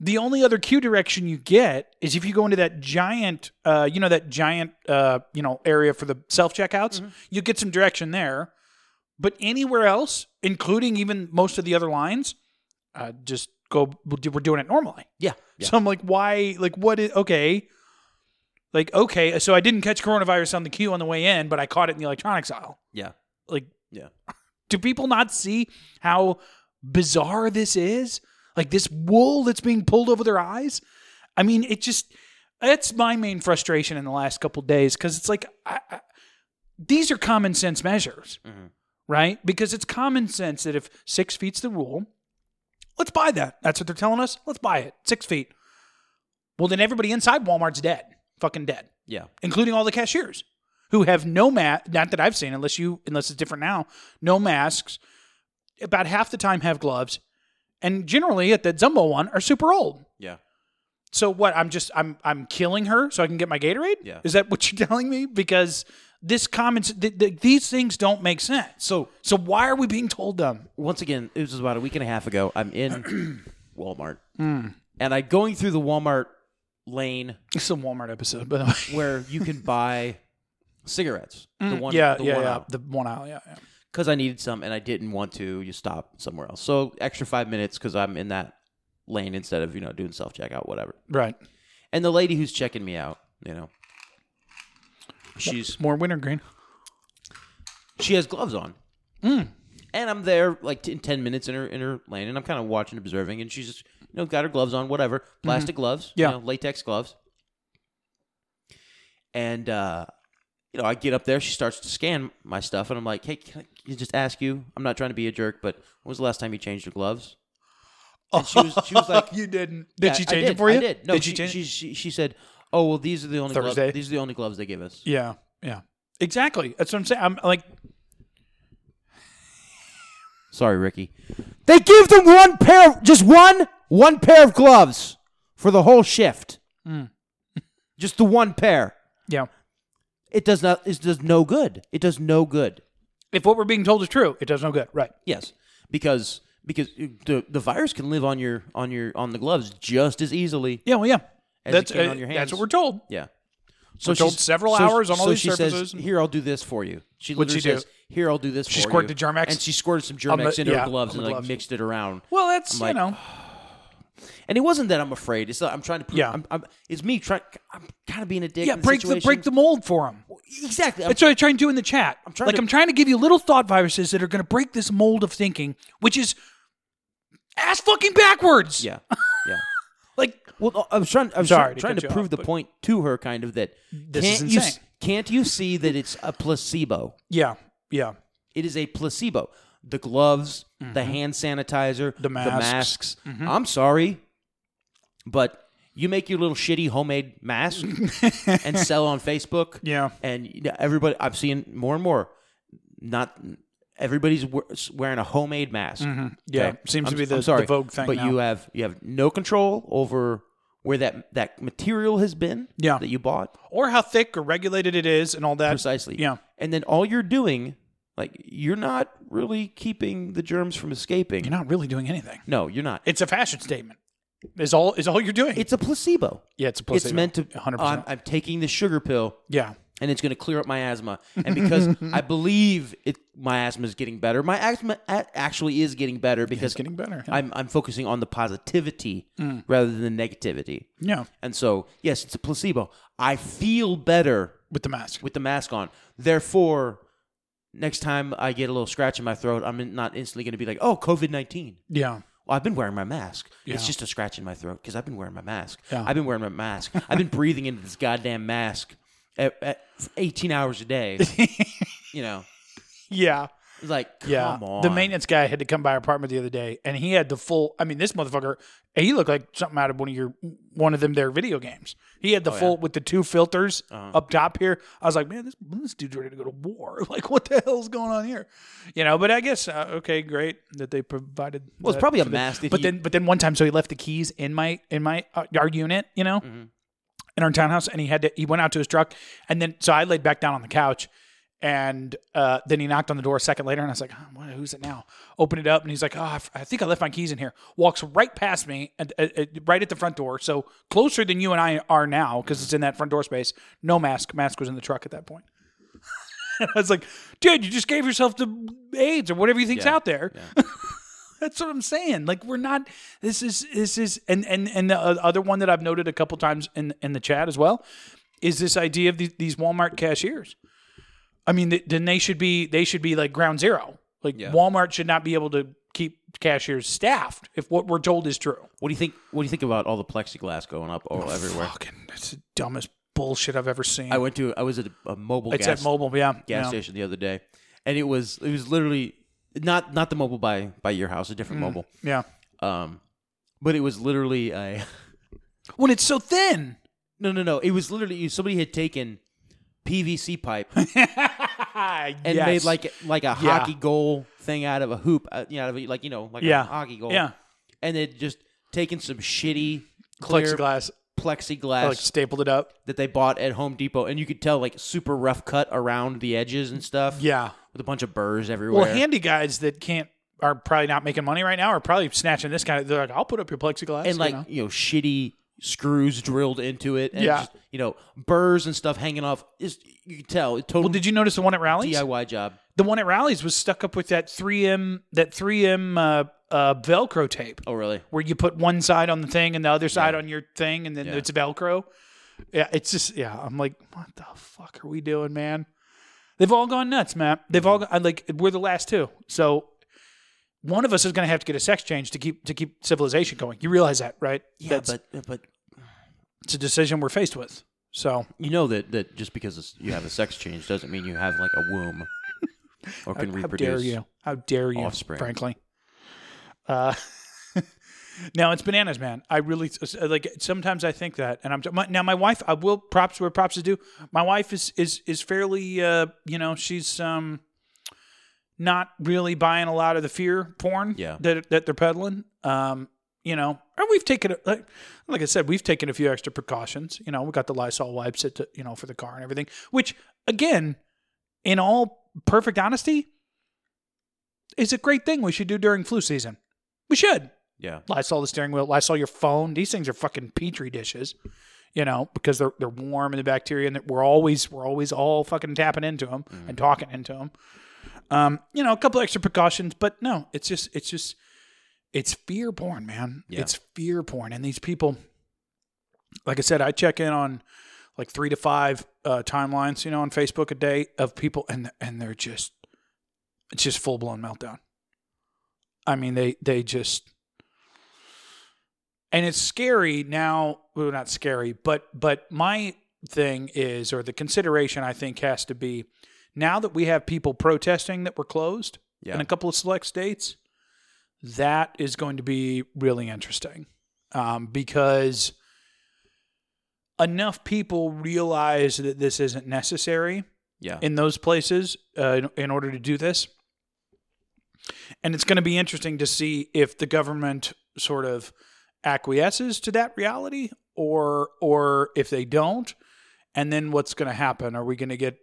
Speaker 1: the only other cue direction you get is if you go into that giant, uh, you know, that giant, uh, you know, area for the self checkouts. You get some direction there, but anywhere else, including even most of the other lines, uh, just go. We're do- we're doing it normally.
Speaker 2: Yeah, yeah.
Speaker 1: So I'm like, why? Like, what is okay? Like, okay, so I didn't catch coronavirus on the queue on the way in, but I caught it in the electronics aisle.
Speaker 2: Yeah.
Speaker 1: Like,
Speaker 2: Yeah.
Speaker 1: Do people not see how bizarre this is? Like this wool that's being pulled over their eyes. I mean, it just that's my main frustration in the last couple days because it's like I, I, these are common sense measures, right? Because it's common sense that if six feet's the rule, let's buy that. That's what they're telling us. Let's buy it. Six feet. Well, then everybody inside Walmart's dead, fucking dead,
Speaker 2: Yeah.
Speaker 1: including all the cashiers who have no mask. Not that I've seen, unless you, unless it's different now. No masks. About half the time have gloves, and generally at the Zumbo one are super old.
Speaker 2: Yeah.
Speaker 1: So what? I'm just I'm I'm killing her so I can get my Gatorade.
Speaker 2: Yeah.
Speaker 1: Is that what you're telling me? Because this comments th- th- these things don't make sense.
Speaker 2: So-
Speaker 1: so why are we being told them?
Speaker 2: once again, it was about a week and a half ago. I'm in Walmart, and I going through the Walmart lane
Speaker 1: It's a Walmart episode, by the way.
Speaker 2: where you can buy cigarettes. the one,
Speaker 1: yeah,
Speaker 2: the
Speaker 1: yeah,
Speaker 2: one
Speaker 1: yeah. The one aisle. Yeah, yeah.
Speaker 2: Because I needed some, and I didn't want to. You stop somewhere else, so extra five minutes because I'm in that lane instead of you know doing self checkout, whatever.
Speaker 1: Right.
Speaker 2: And the lady who's checking me out, you know, she's
Speaker 1: More wintergreen.
Speaker 2: she has gloves on.
Speaker 1: Hmm.
Speaker 2: And I'm there like t- in ten minutes in her in her lane, and I'm kind of watching, observing, and she's just you know got her gloves on, whatever, plastic gloves,
Speaker 1: Mm-hmm. Yeah.
Speaker 2: you know, latex gloves. And uh, you know, I get up there, she starts to scan my stuff, and I'm like, hey, can I can I just ask you? I'm not trying to be a jerk, but when was the last time you changed your gloves? And she was she was like,
Speaker 1: you didn't. Did
Speaker 2: "Yeah,
Speaker 1: she
Speaker 2: I
Speaker 1: change
Speaker 2: did,
Speaker 1: it for you?
Speaker 2: I did. No,
Speaker 1: did
Speaker 2: she,
Speaker 1: she change?
Speaker 2: she, she she said, oh well, these are the only gloves.
Speaker 1: Thursday?
Speaker 2: These are the only gloves they give us.
Speaker 1: yeah, yeah. Exactly. That's what I'm saying. I'm like,
Speaker 2: Sorry, Ricky. They give them one pair, of, just one, one pair of gloves for the whole shift. just the one pair.
Speaker 1: yeah.
Speaker 2: It does not. It does no good. It does no good.
Speaker 1: If what we're being told is true, it does no good. Right.
Speaker 2: Yes, because because the the virus can live on your on your on the gloves just as easily.
Speaker 1: Yeah. Well, yeah.
Speaker 2: As it
Speaker 1: that's uh,
Speaker 2: can on your hands.
Speaker 1: that's what we're told.
Speaker 2: Yeah. So
Speaker 1: told
Speaker 2: she's-
Speaker 1: several hours on all
Speaker 2: so
Speaker 1: these
Speaker 2: she
Speaker 1: surfaces.
Speaker 2: Says, Here, I'll do this for you. She
Speaker 1: What'd
Speaker 2: literally
Speaker 1: she do?
Speaker 2: says, "Here, I'll do this." for
Speaker 1: squirted
Speaker 2: you.
Speaker 1: Germex?
Speaker 2: and she squirted some
Speaker 1: On the-
Speaker 2: Germex into
Speaker 1: yeah,
Speaker 2: her gloves
Speaker 1: on
Speaker 2: and
Speaker 1: the
Speaker 2: like
Speaker 1: gloves.
Speaker 2: mixed it around.
Speaker 1: Well, that's
Speaker 2: I'm
Speaker 1: you
Speaker 2: like,
Speaker 1: know.
Speaker 2: And it wasn't that I'm afraid. It's that I'm trying to. Prove,
Speaker 1: Yeah.
Speaker 2: I'm, I'm, it's me trying. I'm kind of being a dick.
Speaker 1: Yeah.
Speaker 2: in
Speaker 1: Break the break the
Speaker 2: situation.
Speaker 1: mold for them.
Speaker 2: Exactly. I'm,
Speaker 1: That's what I try and do in the chat.
Speaker 2: trying
Speaker 1: like
Speaker 2: to-
Speaker 1: I'm trying to give you little thought viruses that are going to break this mold of thinking, which is ass fucking backwards.
Speaker 2: yeah. Yeah.
Speaker 1: Like
Speaker 2: Well, no, I was trying. I was
Speaker 1: Sorry to
Speaker 2: trying, trying
Speaker 1: cut
Speaker 2: to
Speaker 1: you
Speaker 2: prove
Speaker 1: off,
Speaker 2: the
Speaker 1: but-
Speaker 2: point to her, kind of that.
Speaker 1: This is
Speaker 2: can't you
Speaker 1: insane.
Speaker 2: can't you see that it's a placebo?
Speaker 1: yeah, yeah,
Speaker 2: It is a placebo. The gloves, the hand sanitizer, the
Speaker 1: Mm-hmm. masks. Mm-hmm.
Speaker 2: masks. I'm sorry, but you make your little shitty homemade mask and sell on Facebook.
Speaker 1: Yeah.
Speaker 2: and you know, everybody I've seen more and more. Not everybody's we- wearing a homemade mask.
Speaker 1: Mm-hmm. yeah.
Speaker 2: Okay.
Speaker 1: Seems to
Speaker 2: I'm-
Speaker 1: be the,
Speaker 2: I'm sorry,
Speaker 1: the vogue thing.
Speaker 2: But
Speaker 1: now.
Speaker 2: you uh, have you have no control over where that that material has been.
Speaker 1: Yeah.
Speaker 2: that you bought
Speaker 1: or how thick or regulated it is, and all that.
Speaker 2: precisely.
Speaker 1: Yeah.
Speaker 2: and then all you're doing, like you're not really keeping the germs from escaping.
Speaker 1: You're not really doing anything.
Speaker 2: no, you're not.
Speaker 1: It's a fashion statement. Is all is all you're doing?
Speaker 2: It's a placebo.
Speaker 1: yeah, it's a
Speaker 2: It's
Speaker 1: placebo.
Speaker 2: meant to.
Speaker 1: 100.
Speaker 2: I'm,
Speaker 1: percent
Speaker 2: I'm taking the sugar pill,
Speaker 1: Yeah,
Speaker 2: and it's going to clear up my asthma. And because I believe it, my asthma is getting better. My asthma a- actually is getting better because
Speaker 1: it's getting better. Mm.
Speaker 2: I'm I'm focusing on the positivity rather than the negativity.
Speaker 1: yeah,
Speaker 2: And so, yes, it's a placebo. I feel better
Speaker 1: with the mask.
Speaker 2: with the mask on. Therefore, next time I get a little scratch in my throat, I'm not instantly going to be like, "Oh, COVID nineteen."
Speaker 1: yeah,
Speaker 2: Well, I've been wearing my mask. It's
Speaker 1: Yeah.
Speaker 2: just a scratch in my throat because I've been wearing my mask.
Speaker 1: Yeah.
Speaker 2: I've been wearing my mask. I've been breathing into this goddamn mask at, at 18 hours a day. you know,
Speaker 1: yeah,
Speaker 2: it's like, come
Speaker 1: yeah.
Speaker 2: on.
Speaker 1: The maintenance guy had to come by our apartment the other day, and he had the full. I mean, this motherfucker. He looked like something out of one of your one of them their video games. He had the
Speaker 2: Oh,
Speaker 1: full with the two filters
Speaker 2: Uh-huh.
Speaker 1: up top here. I was like, man, this this dude's ready to go to war. Like, what the hell's going on here? You know. But I guess uh, okay, great that they provided.
Speaker 2: Well, it's
Speaker 1: that
Speaker 2: probably a
Speaker 1: for the-
Speaker 2: mask that
Speaker 1: But
Speaker 2: he-
Speaker 1: then, but then one time, so he left the keys in my in my uh, our unit. You know. in our townhouse and he had to he went out to his truck and then so I laid back down on the couch and uh, then he knocked on the door a second later and I was like, oh, what- who's it now? Open it up and he's like, oh, I f- I think I left my keys in here. Walks right past me and uh, uh, right at the front door, so closer than you and I are now because it's in that front door space. No mask. Mask was in the truck at that point. And I was like, dude, you just gave yourself the AIDS or whatever you think's out there. That's what I'm saying. Like we're not. This is this is and and and the o- other one that I've noted a couple times in in the chat as well is this idea of the, these Walmart cashiers. I mean, th- then they should be they should be like ground zero. Like Walmart should not be able to keep cashiers staffed if what we're told is true.
Speaker 2: what do you think? What do you think about all the plexiglass going up all everywhere?
Speaker 1: Fucking, that's the dumbest bullshit I've ever seen.
Speaker 2: I went to. I was at a, a mobile.
Speaker 1: it's
Speaker 2: gas
Speaker 1: at mobile, yeah.
Speaker 2: gas
Speaker 1: yeah.
Speaker 2: station the other day, and it was it was literally not not the mobile by by your house, a
Speaker 1: Mm.
Speaker 2: different mobile.
Speaker 1: Yeah.
Speaker 2: Um, but it was literally a
Speaker 1: When it's so thin.
Speaker 2: no no no. It was literally somebody had taken PVC pipe and
Speaker 1: and
Speaker 2: made like like a hockey goal thing out of a hoop, uh, you know, out of a, like you know like
Speaker 1: Yeah.
Speaker 2: a hockey goal.
Speaker 1: yeah
Speaker 2: and they just taken some shitty clear
Speaker 1: plexiglass
Speaker 2: plexiglass
Speaker 1: like stapled it up.
Speaker 2: that they bought at Home Depot, and you could tell like super rough cut around the edges and stuff.
Speaker 1: Yeah.
Speaker 2: with a bunch of burrs everywhere.
Speaker 1: Well, handy guys that can't are probably not making money right now are probably snatching this kind of. They're like, I'll put up your plexiglass
Speaker 2: and like
Speaker 1: you know?
Speaker 2: you know shitty screws drilled into it. And
Speaker 1: Yeah.
Speaker 2: just, you know burrs and stuff hanging off. Is you can tell it
Speaker 1: Well,
Speaker 2: total
Speaker 1: did you notice the one at rallies?
Speaker 2: DIY job.
Speaker 1: The one at rallies was stuck up with that 3M that 3M uh, uh, Velcro tape,
Speaker 2: Oh really?
Speaker 1: where you put one side on the thing and the other side on your thing, and then
Speaker 2: Yeah.
Speaker 1: it's Velcro. Yeah, it's just yeah. I'm like, what the fuck are we doing, man? They've all gone nuts, Matt. They've all gone
Speaker 2: Mm.
Speaker 1: I like we're the last two, so one of us is going to have to get a sex change to keep to keep civilization going. You realize that, right?
Speaker 2: Yeah, but but
Speaker 1: it's a decision we're faced with. So
Speaker 2: you know that that just because it's- you have a sex change doesn't mean you have like a womb or can
Speaker 1: how
Speaker 2: reproduce.
Speaker 1: dare you? How dare you?
Speaker 2: offspring.
Speaker 1: Frankly, uh, now it's bananas, man. I really like. Sometimes I think that, and I'm my, now my wife. I will props where props is due. My wife is is is fairly. Uh, you know, she's um, not really buying a lot of the fear porn.
Speaker 2: Yeah.
Speaker 1: that that they're peddling. Um. You know, and we've taken a- like, like I said, we've taken a few extra precautions. You know, we got the Lysol wipes at the, you know for the car and everything. Which again, in all perfect honesty, is a great thing we should do during flu season. We should.
Speaker 2: Yeah.
Speaker 1: Lysol the steering wheel, Lysol your phone. These things are fucking petri dishes, you know, because they're they're warm and the bacteria and that we're always we're always all fucking tapping into them and talking into them. Um, you know, a couple extra precautions, but no, it's just it's just it's fear porn, man.
Speaker 2: Yeah.
Speaker 1: It's fear porn, and these people, like I said, I check in on like three to five uh, timelines, you know, on Facebook a day of people, and and they're just it's just full blown meltdown. I mean, they they just and it's scary now. Well, not scary, but but my thing is, or the consideration I think has to be, now that we have people protesting that we're closed
Speaker 2: Yeah.
Speaker 1: in a couple of select states, that is going to be really interesting um, because enough people realize that this isn't necessary
Speaker 2: Yeah.
Speaker 1: in those places uh, in, in order to do this. And it's going to be interesting to see if the government sort of acquiesces to that reality or or if they don't. And then what's going to happen? Are we going to get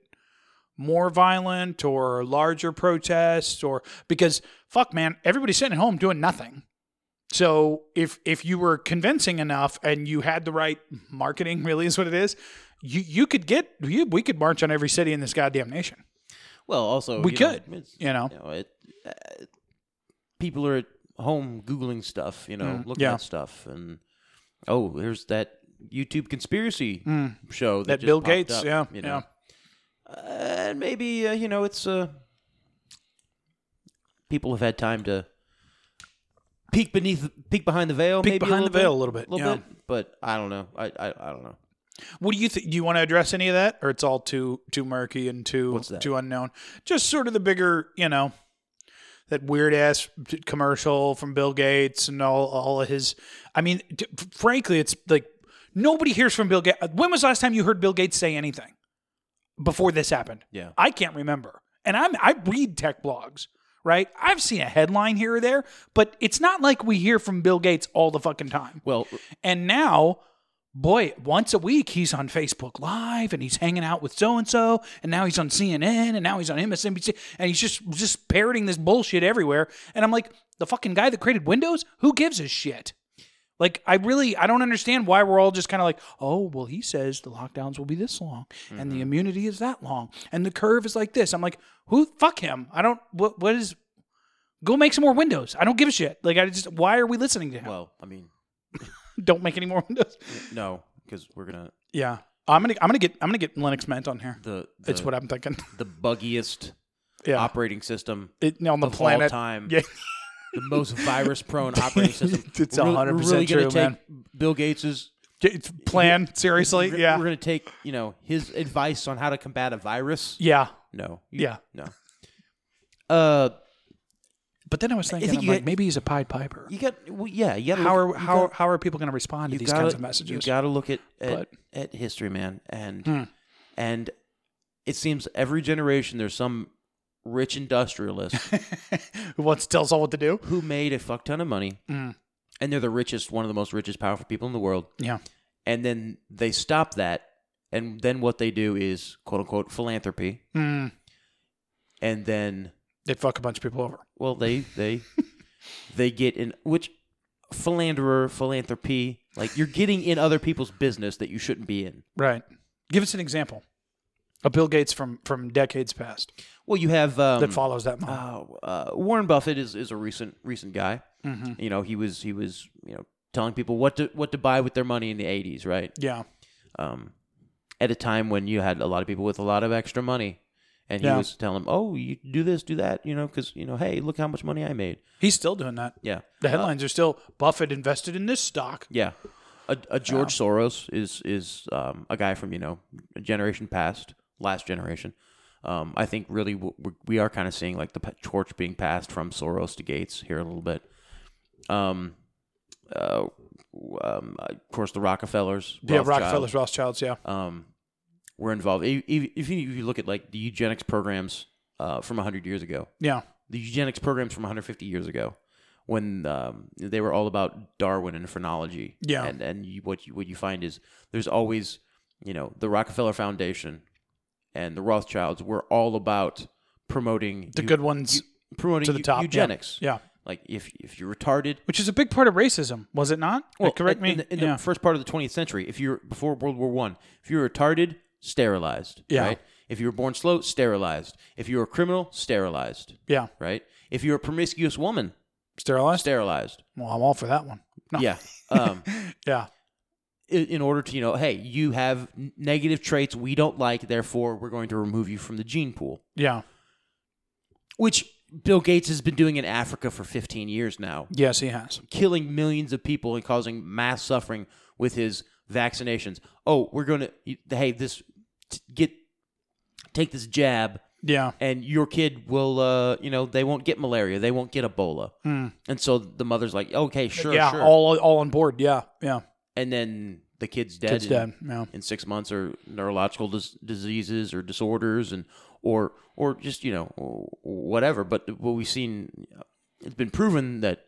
Speaker 1: more violent or larger protests or because fuck man, everybody's sitting at home doing nothing. So if if you were convincing enough and you had the right marketing, really is what it is. You you could get you, we could march on every city in this goddamn nation.
Speaker 2: Well, also
Speaker 1: We
Speaker 2: you know,
Speaker 1: could,
Speaker 2: it's-
Speaker 1: you know.
Speaker 2: it, uh, people are at home googling stuff, you know, looking
Speaker 1: Mm. yeah.
Speaker 2: at stuff, and oh, there's that YouTube conspiracy show that,
Speaker 1: Mm. That
Speaker 2: just
Speaker 1: Bill
Speaker 2: popped
Speaker 1: Gates,
Speaker 2: up,
Speaker 1: yeah,
Speaker 2: you know, Uh, and maybe uh, you know it's uh, people have had time to peek beneath, peek behind the veil,
Speaker 1: Peek
Speaker 2: maybe
Speaker 1: behind
Speaker 2: a
Speaker 1: the
Speaker 2: little
Speaker 1: veil
Speaker 2: bit,
Speaker 1: a little bit, yeah.
Speaker 2: bit, but I don't know, I I, I don't know.
Speaker 1: What do you think? Do you want to address any of that, or it's all too too murky and too
Speaker 2: What's that?
Speaker 1: too unknown? Just sort of the bigger, you know, that weird ass commercial from Bill Gates and all all of his. I mean, t- frankly, it's like nobody hears from Bill Gates. When was the last time you heard Bill Gates say anything before this happened?
Speaker 2: Yeah.
Speaker 1: I can't remember. And I'm I read tech blogs, right? I've seen a headline here or there, but it's not like we hear from Bill Gates all the fucking time.
Speaker 2: Well,
Speaker 1: And now, boy, once a week he's on Facebook Live and he's hanging out with so and so, and now he's on CNN, and now he's on MSNBC, and he's just just parroting this bullshit everywhere. And I'm like, the fucking guy that created Windows, who gives a shit? Like I really I don't understand why we're all just kind of like, oh well, he says the lockdowns will be this long, and the immunity is that long, and the curve is like this. I'm like, who fuck him? I don't. What what is? Go make some more windows. I don't give a shit. Like I just why are we listening to him?
Speaker 2: well, I mean,
Speaker 1: don't make any more windows.
Speaker 2: no, because we're gonna
Speaker 1: Yeah, I'm gonna I'm gonna get I'm gonna get Linux Mint on here.
Speaker 2: the, the
Speaker 1: That's what I'm thinking.
Speaker 2: the buggiest
Speaker 1: Yeah,
Speaker 2: operating system
Speaker 1: It- on the
Speaker 2: of all
Speaker 1: planet.
Speaker 2: time.
Speaker 1: Yeah,
Speaker 2: the most virus prone operating system.
Speaker 1: It's
Speaker 2: We're really-
Speaker 1: 100%
Speaker 2: we're really gonna
Speaker 1: true,
Speaker 2: take Bill Gates's
Speaker 1: It's plan seriously.
Speaker 2: we're,
Speaker 1: Yeah,
Speaker 2: We're going to take, you know, his advice on how to combat a virus.
Speaker 1: yeah.
Speaker 2: No.
Speaker 1: Yeah.
Speaker 2: No. Uh
Speaker 1: But then I was thinking,
Speaker 2: think
Speaker 1: I'm
Speaker 2: you
Speaker 1: like,
Speaker 2: get-
Speaker 1: maybe he's a Pied Piper.
Speaker 2: you got well, yeah, you got
Speaker 1: How are how how are people gonna respond to
Speaker 2: you
Speaker 1: these
Speaker 2: gotta,
Speaker 1: kinds of messages?
Speaker 2: You got to look at at,
Speaker 1: But- Hmm.
Speaker 2: at history, man, and and it seems every generation there's some rich industrialist
Speaker 1: Who wants to tell us all what to do?
Speaker 2: who made a fuck ton of money,
Speaker 1: Mm.
Speaker 2: and they're the richest, one of the most richest, powerful people in the world.
Speaker 1: Yeah,
Speaker 2: and then they stop that and then what they do is quote unquote philanthropy and then
Speaker 1: Hmm. they fuck a bunch of people over.
Speaker 2: well they they they get in which philanderer philanthropy like you're getting in other people's business that you shouldn't be in
Speaker 1: Right. Give us an example. A Bill Gates from from decades past
Speaker 2: well you have um,
Speaker 1: that follows that model.
Speaker 2: Oh, uh, Warren Buffett is, is a recent recent guy.
Speaker 1: Mm-hmm.
Speaker 2: You know, he was he was you know telling people what to what to buy with their money in the '80s, right?
Speaker 1: yeah,
Speaker 2: um, at a time when you had a lot of people with a lot of extra money. And he
Speaker 1: Yeah.
Speaker 2: was telling them, oh, you do this, do that, you know, because, you know, hey, look how much money I made.
Speaker 1: he's still doing that.
Speaker 2: Yeah.
Speaker 1: The headlines are still Buffett invested in this stock.
Speaker 2: Yeah. A, a George Soros is is um, a guy from, you know, a generation past, last generation. Um, I think really w- w- we are kind of seeing like the pa- torch being passed from Soros to Gates here in a little bit. Um, uh, w- um, of course, the Rockefellers.
Speaker 1: Yeah,
Speaker 2: Rothschild.
Speaker 1: Rockefellers, Rothschilds. Yeah,
Speaker 2: um, were involved. If, if if you if you look at like the eugenics programs uh, from 100 years ago,
Speaker 1: yeah.
Speaker 2: the eugenics programs from 150 years ago, when um, they were all about Darwin and phrenology.
Speaker 1: Yeah.
Speaker 2: And and you, what you what you find is there's always you know the Rockefeller Foundation and the Rothschilds were all about promoting
Speaker 1: The
Speaker 2: eu-
Speaker 1: good ones
Speaker 2: promoting
Speaker 1: to the
Speaker 2: eu-
Speaker 1: top. yeah.
Speaker 2: eugenics.
Speaker 1: Yeah.
Speaker 2: Like if if you're retarded,
Speaker 1: Which is a big part of racism, was it not? Like, correct
Speaker 2: in-
Speaker 1: me.
Speaker 2: In, the, in
Speaker 1: yeah.
Speaker 2: the first part of the 20th century, if you're before World War One, if you were retarded, sterilized.
Speaker 1: Yeah.
Speaker 2: Right? If you were born slow, sterilized. If you were a criminal, sterilized.
Speaker 1: yeah.
Speaker 2: Right. If you're a promiscuous woman,
Speaker 1: Sterilized?
Speaker 2: sterilized.
Speaker 1: well, I'm all for that one. No.
Speaker 2: Yeah. Um,
Speaker 1: Yeah.
Speaker 2: i- in order to you know, hey, you have n- negative traits we don't like, therefore we're going to remove you from the gene pool.
Speaker 1: Yeah.
Speaker 2: Which Bill Gates has been doing in Africa for 15 years now.
Speaker 1: Yes, he has.
Speaker 2: killing millions of people and causing mass suffering with his vaccinations. Oh, we're going to hey this t- get take this jab
Speaker 1: Yeah.
Speaker 2: and your kid will uh you know they won't get malaria, they won't get Ebola. And so the mother's like, "Okay, sure,
Speaker 1: Hmm. yeah.
Speaker 2: sure."
Speaker 1: All all on board. Yeah. Yeah.
Speaker 2: and then the kid's dead.
Speaker 1: Kid's
Speaker 2: in,
Speaker 1: dead. Yeah.
Speaker 2: in 6 months or neurological dis- diseases or disorders and or or just, you know, or- or whatever, but what we've seen uh, it's been proven that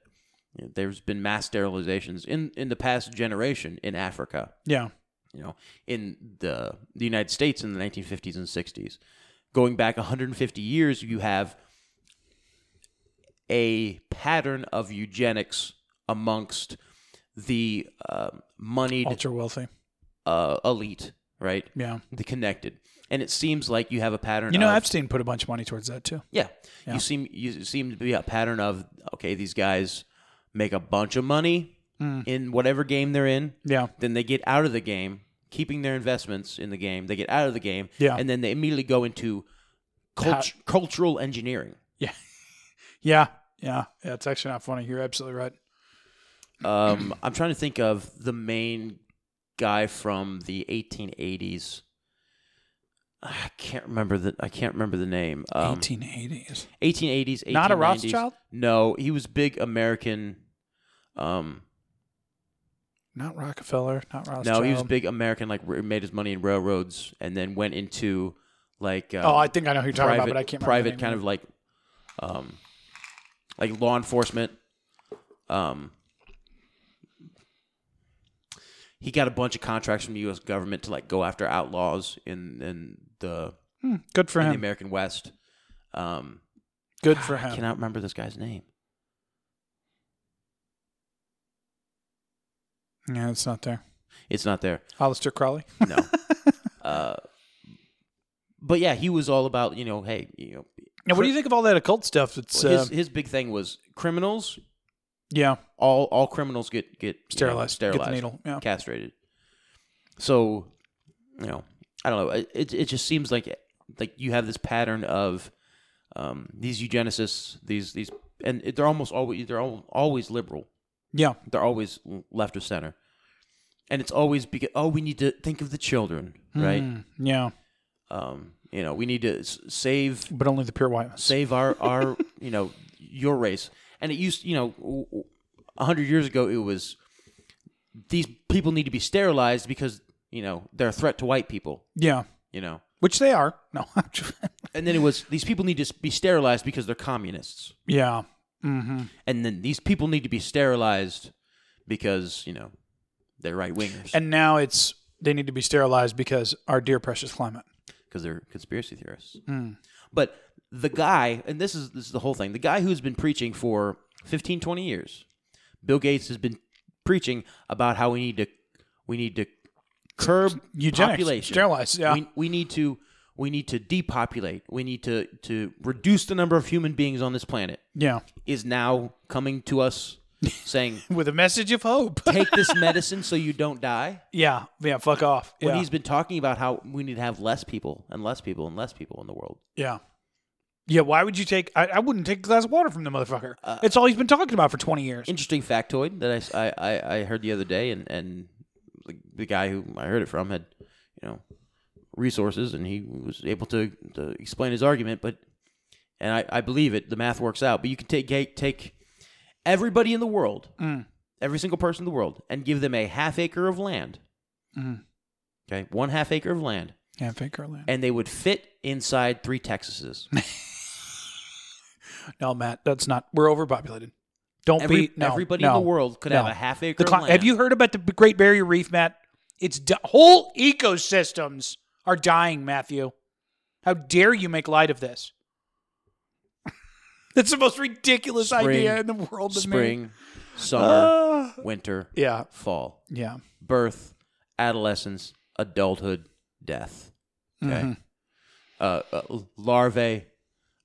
Speaker 2: you know, there's been mass sterilizations in, in the past generation in Africa,
Speaker 1: Yeah.
Speaker 2: you know, in the the United States in the 1950s and 60s. Going back 150 years, you have a pattern of eugenics amongst the um moneyed
Speaker 1: Ultra wealthy.
Speaker 2: uh, elite, right?
Speaker 1: Yeah.
Speaker 2: The connected, and it seems like you have a pattern.
Speaker 1: You know,
Speaker 2: of,
Speaker 1: Epstein put a bunch of money towards that too.
Speaker 2: yeah.
Speaker 1: Yeah.
Speaker 2: You seem you seem to be a pattern of okay, these guys make a bunch of money
Speaker 1: Hmm.
Speaker 2: in whatever game they're in,
Speaker 1: Yeah.
Speaker 2: then they get out of the game, keeping their investments in the game. They get out of the game,
Speaker 1: Yeah.
Speaker 2: and then they immediately go into cult- cultural engineering.
Speaker 1: Yeah. Yeah. Yeah. It's actually not funny. You're absolutely right.
Speaker 2: Um, I'm trying to think of the main guy from the 1880s. I can't remember the I can't remember the name. Um,
Speaker 1: 1880s.
Speaker 2: 1880s, 1890s.
Speaker 1: Not a Rothschild?
Speaker 2: No, he was big American. Um,
Speaker 1: Not Rockefeller. Not Rothschild.
Speaker 2: no, he was big American. Like r- made his money in railroads, and then went into like uh,
Speaker 1: Oh, I think I know who you're talking
Speaker 2: private,
Speaker 1: about, but I can't remember.
Speaker 2: private kind of like, um, like law enforcement. Um, he got a bunch of contracts from the U.S. government to like go after outlaws in in the,
Speaker 1: of Hmm. good for
Speaker 2: in the
Speaker 1: him.
Speaker 2: American West. Um,
Speaker 1: Good for
Speaker 2: I
Speaker 1: him.
Speaker 2: cannot remember this guy's name.
Speaker 1: Yeah, it's not there.
Speaker 2: It's not there.
Speaker 1: Alistair Crowley.
Speaker 2: No. uh, but yeah, he was all about you know, hey, you know,
Speaker 1: Now, what do you think of all that occult stuff? It's uh,
Speaker 2: his his big thing was criminals.
Speaker 1: yeah,
Speaker 2: All all criminals get get you know,
Speaker 1: sterilized. Get
Speaker 2: sterilized,
Speaker 1: the needle. Yeah.
Speaker 2: castrated. So, you know, I don't know. It it- it just seems like like you have this pattern of um, these eugenicists, these these, and they're almost always they're al- always liberal.
Speaker 1: Yeah.
Speaker 2: they're always l- left of center, and it's always because oh, we need to think of the children, right?
Speaker 1: Mm, yeah.
Speaker 2: um, you know, we need to s- save
Speaker 1: But only the pure white ones.
Speaker 2: save our our you know your race. And it used you know w- w- a hundred years ago it was these people need to be sterilized because you know they're a threat to white people.
Speaker 1: Yeah.
Speaker 2: You know,
Speaker 1: Which they are. No. I'm just-
Speaker 2: and then it was these people need to s- be sterilized because they're communists,
Speaker 1: yeah. Mm-hmm.
Speaker 2: and then these people need to be sterilized because you know they're right wingers
Speaker 1: And now it's they need to be sterilized because our dear precious climate.
Speaker 2: because they're conspiracy theorists.
Speaker 1: Hmm.
Speaker 2: But the guy, and this is this is the whole thing. The guy who's been preaching for 15, 20 years, Bill Gates has been preaching about how we need to we need to curb
Speaker 1: Eugenics.
Speaker 2: population,
Speaker 1: Sterilize, yeah.
Speaker 2: we, we need to we need to depopulate. We need to to reduce the number of human beings on this planet.
Speaker 1: Yeah.
Speaker 2: Is now coming to us saying,
Speaker 1: With a message of hope.
Speaker 2: take this medicine so you don't die.
Speaker 1: yeah. Yeah. Fuck off.
Speaker 2: When
Speaker 1: yeah.
Speaker 2: he's been talking about how we need to have less people and less people and less people in the world.
Speaker 1: yeah. Yeah. Why would you take? I, I wouldn't take a glass of water from the motherfucker.
Speaker 2: Uh,
Speaker 1: it's all he's been talking about for twenty years.
Speaker 2: interesting factoid that I s- I, I, I heard the other day, and and the, the guy who I heard it from had, you know, resources, and he was able to, to explain his argument. But and I, I believe it. The math works out. But you can take take, take everybody in the world,
Speaker 1: Mm.
Speaker 2: every single person in the world, and give them a half acre of land.
Speaker 1: Mm-hmm.
Speaker 2: Okay, one half acre of land,
Speaker 1: yeah. Fake our land.
Speaker 2: and they would fit inside three Texases.
Speaker 1: No, Matt. That's not. We're overpopulated. Don't
Speaker 2: Every,
Speaker 1: be. No,
Speaker 2: everybody
Speaker 1: no,
Speaker 2: in the world could have
Speaker 1: no.
Speaker 2: a half acre.
Speaker 1: The
Speaker 2: of
Speaker 1: cli-
Speaker 2: land.
Speaker 1: Have you heard about the B- Great Barrier Reef, Matt? It's di- whole ecosystems are dying, Matthew. How dare you make light of this? That's the most ridiculous
Speaker 2: Spring,
Speaker 1: idea in the world. to me.
Speaker 2: spring, summer,
Speaker 1: Ah.
Speaker 2: winter,
Speaker 1: yeah,
Speaker 2: fall,
Speaker 1: yeah,
Speaker 2: birth, adolescence, adulthood, death. Okay.
Speaker 1: Mm-hmm.
Speaker 2: Uh, uh, larvae,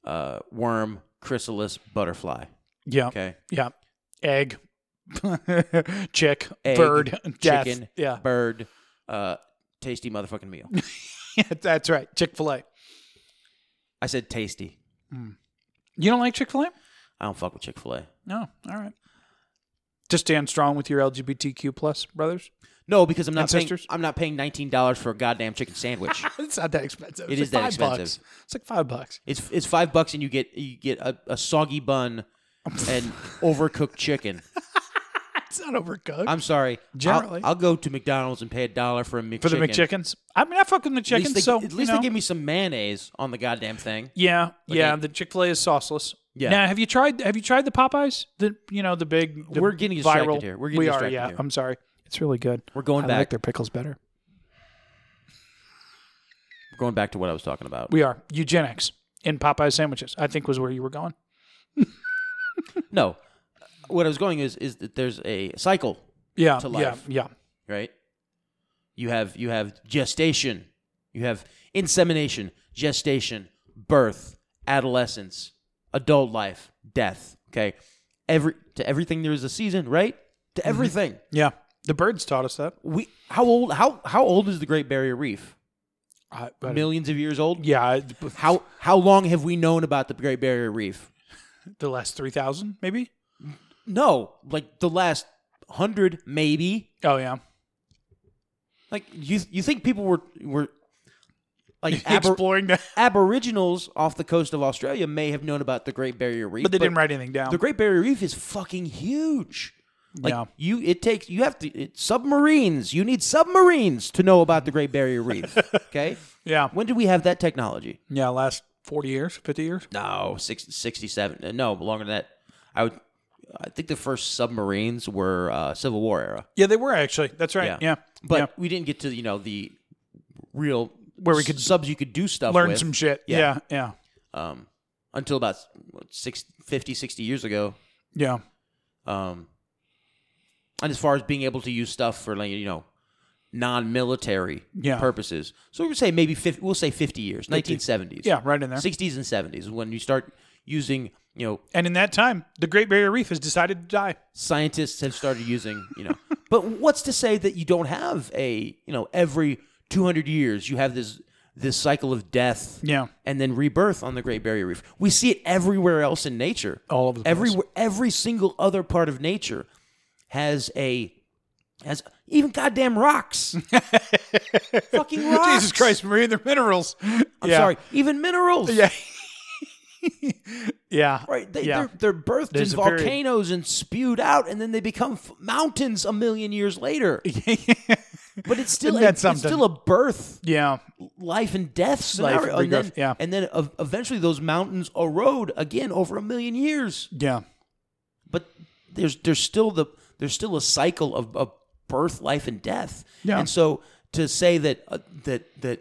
Speaker 2: uh, worm, chrysalis, butterfly.
Speaker 1: yeah,
Speaker 2: Okay.
Speaker 1: yeah. Egg, chick,
Speaker 2: Egg,
Speaker 1: bird, death.
Speaker 2: chicken,
Speaker 1: Yeah,
Speaker 2: bird, uh, tasty motherfucking meal.
Speaker 1: that's right. Chick Fil A.
Speaker 2: I said tasty.
Speaker 1: You don't like Chick Fil A?
Speaker 2: I don't fuck with Chick Fil A.
Speaker 1: No. All right. Just stand strong with your LGBTQ plus brothers.
Speaker 2: No, because I'm not
Speaker 1: And
Speaker 2: paying.
Speaker 1: sisters?
Speaker 2: I'm not paying nineteen dollars for a goddamn chicken sandwich.
Speaker 1: It's not that expensive.
Speaker 2: It
Speaker 1: it's
Speaker 2: is that
Speaker 1: like five
Speaker 2: expensive.
Speaker 1: Bucks. It's like five bucks.
Speaker 2: it's it's five bucks and you get you get a, a soggy bun and overcooked chicken.
Speaker 1: It's not overcooked.
Speaker 2: I'm sorry.
Speaker 1: Generally.
Speaker 2: I'll, I'll go to McDonald's and pay a dollar for a McChicken.
Speaker 1: for the McChickens, I mean, I fuck with
Speaker 2: At least,
Speaker 1: McChickens,
Speaker 2: they,
Speaker 1: so
Speaker 2: at
Speaker 1: you
Speaker 2: least
Speaker 1: know.
Speaker 2: they give me some mayonnaise on the goddamn thing.
Speaker 1: Yeah, yeah.
Speaker 2: I-
Speaker 1: The Chick Fil A is sauceless.
Speaker 2: Yeah.
Speaker 1: Now, have you tried? Have you tried the Popeyes? The you know the big. the
Speaker 2: We're getting distracted
Speaker 1: viral.
Speaker 2: here. We're getting
Speaker 1: we are.
Speaker 2: distracted
Speaker 1: Yeah.
Speaker 2: here.
Speaker 1: I'm sorry. It's really good.
Speaker 2: We're going
Speaker 1: I like
Speaker 2: back.
Speaker 1: their pickles better.
Speaker 2: We're going back to what I was talking about.
Speaker 1: We are eugenics in Popeye sandwiches. I think was where you were going.
Speaker 2: no, what I was going is is that there's a cycle,
Speaker 1: Yeah,
Speaker 2: to
Speaker 1: yeah,
Speaker 2: life.
Speaker 1: yeah.
Speaker 2: right? You have you have gestation, you have insemination, gestation, birth, adolescence, adult life, death. Okay, every to everything there is a season, right? To
Speaker 1: Mm-hmm.
Speaker 2: everything.
Speaker 1: Yeah. The birds taught us that.
Speaker 2: We how old how how old is the Great Barrier Reef?
Speaker 1: I, but-
Speaker 2: Millions of years old.
Speaker 1: yeah. I-
Speaker 2: How how long have we known about the Great Barrier Reef?
Speaker 1: the last 3,000 maybe?
Speaker 2: No, like the last hundred, maybe.
Speaker 1: Oh, yeah.
Speaker 2: Like you, you think people were were like abor-
Speaker 1: Exploring that.
Speaker 2: aboriginals off the coast of Australia may have known about the Great Barrier Reef,
Speaker 1: But they didn't write anything down.
Speaker 2: The Great Barrier Reef is fucking huge. Like
Speaker 1: Yeah.
Speaker 2: you, it takes you have to it, submarines. You need submarines to know about the Great Barrier Reef. Okay.
Speaker 1: Yeah.
Speaker 2: When did we have that technology?
Speaker 1: Yeah. Last 40 years, 50 years.
Speaker 2: No, six, 67. uh, No, longer than that. I would. I think the first submarines were uh, Civil War era.
Speaker 1: Yeah, they were actually. That's right.
Speaker 2: Yeah.
Speaker 1: Yeah.
Speaker 2: but
Speaker 1: Yeah.
Speaker 2: we didn't get to you know the real
Speaker 1: Where we
Speaker 2: s-
Speaker 1: could
Speaker 2: subs you could do stuff
Speaker 1: learn
Speaker 2: with,
Speaker 1: some shit.
Speaker 2: Yeah.
Speaker 1: Yeah. Yeah. Yeah.
Speaker 2: um, until about what, six, 50 60 years ago um, and as far as being able to use stuff for like you know non-military
Speaker 1: Yeah.
Speaker 2: purposes so we would say maybe 50, we'll say 50 years 1970s
Speaker 1: Yeah, right in there.
Speaker 2: 60s and 70s is when you start using you know
Speaker 1: And in that time, the Great Barrier Reef has decided to die.
Speaker 2: scientists have started using, you know. but what's to say that you don't have a, you know, every 200 years you have this this cycle of death
Speaker 1: Yeah.
Speaker 2: and then rebirth on the Great Barrier Reef. We see it everywhere else in nature.
Speaker 1: All over the place.
Speaker 2: every every single other part of nature has a has even goddamn rocks. Fucking rocks.
Speaker 1: Jesus Christ, Marie, they're minerals.
Speaker 2: I'm sorry. Even minerals.
Speaker 1: Yeah. yeah.
Speaker 2: Right, they,
Speaker 1: yeah.
Speaker 2: they're, they're birthed
Speaker 1: There's
Speaker 2: in
Speaker 1: a period.
Speaker 2: volcanoes and spewed out, and then they become f- mountains a million years later. But it's still
Speaker 1: Isn't that
Speaker 2: it's, it's
Speaker 1: something?
Speaker 2: still a birth,
Speaker 1: yeah.
Speaker 2: life and death scenario,
Speaker 1: Life,
Speaker 2: and then
Speaker 1: rebirth, yeah.
Speaker 2: and then ev- eventually those mountains erode again over a million years.
Speaker 1: Yeah.
Speaker 2: But there's there's still the there's still a cycle of, of birth, life, and death.
Speaker 1: Yeah.
Speaker 2: And so to say that uh, that that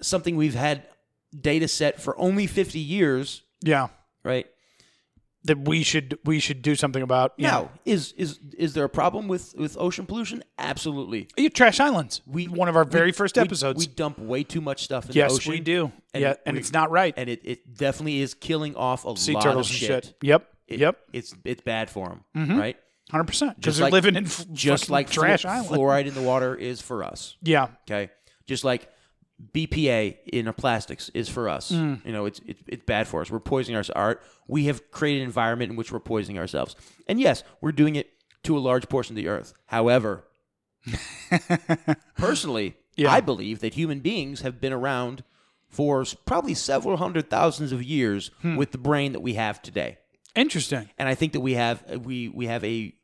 Speaker 2: something we've had data set for only fifty years,
Speaker 1: Yeah.
Speaker 2: right?
Speaker 1: That we should we should do something about. Yeah.
Speaker 2: Now, is is is there a problem with with ocean pollution? Absolutely.
Speaker 1: You trash islands.
Speaker 2: We
Speaker 1: one of our very
Speaker 2: we-
Speaker 1: first
Speaker 2: we-
Speaker 1: episodes.
Speaker 2: We dump way too much stuff in
Speaker 1: yes,
Speaker 2: the ocean.
Speaker 1: we do.
Speaker 2: and
Speaker 1: yeah, and
Speaker 2: we-
Speaker 1: it's not right.
Speaker 2: and it, it definitely is killing off a
Speaker 1: sea
Speaker 2: lot
Speaker 1: turtles
Speaker 2: of
Speaker 1: and
Speaker 2: shit.
Speaker 1: shit. Yep.
Speaker 2: It-
Speaker 1: yep.
Speaker 2: it's it's bad for them, right?
Speaker 1: Hundred percent.
Speaker 2: Just
Speaker 1: Because they're
Speaker 2: like-
Speaker 1: living in f-
Speaker 2: Just
Speaker 1: fucking
Speaker 2: like flu-
Speaker 1: trash island.
Speaker 2: fluoride in the water is for us.
Speaker 1: Yeah.
Speaker 2: Okay, just like BPA in our plastics is for us.
Speaker 1: Mm.
Speaker 2: You know, it's, it's it's bad for us. We're poisoning our art. We have created an environment in which we're poisoning ourselves. And yes, we're doing it to a large portion of the earth. However, personally,
Speaker 1: Yeah.
Speaker 2: I believe that human beings have been around for s- probably several hundred thousands of years
Speaker 1: Hmm.
Speaker 2: with the brain that we have today.
Speaker 1: Interesting.
Speaker 2: And I think that we have we we have a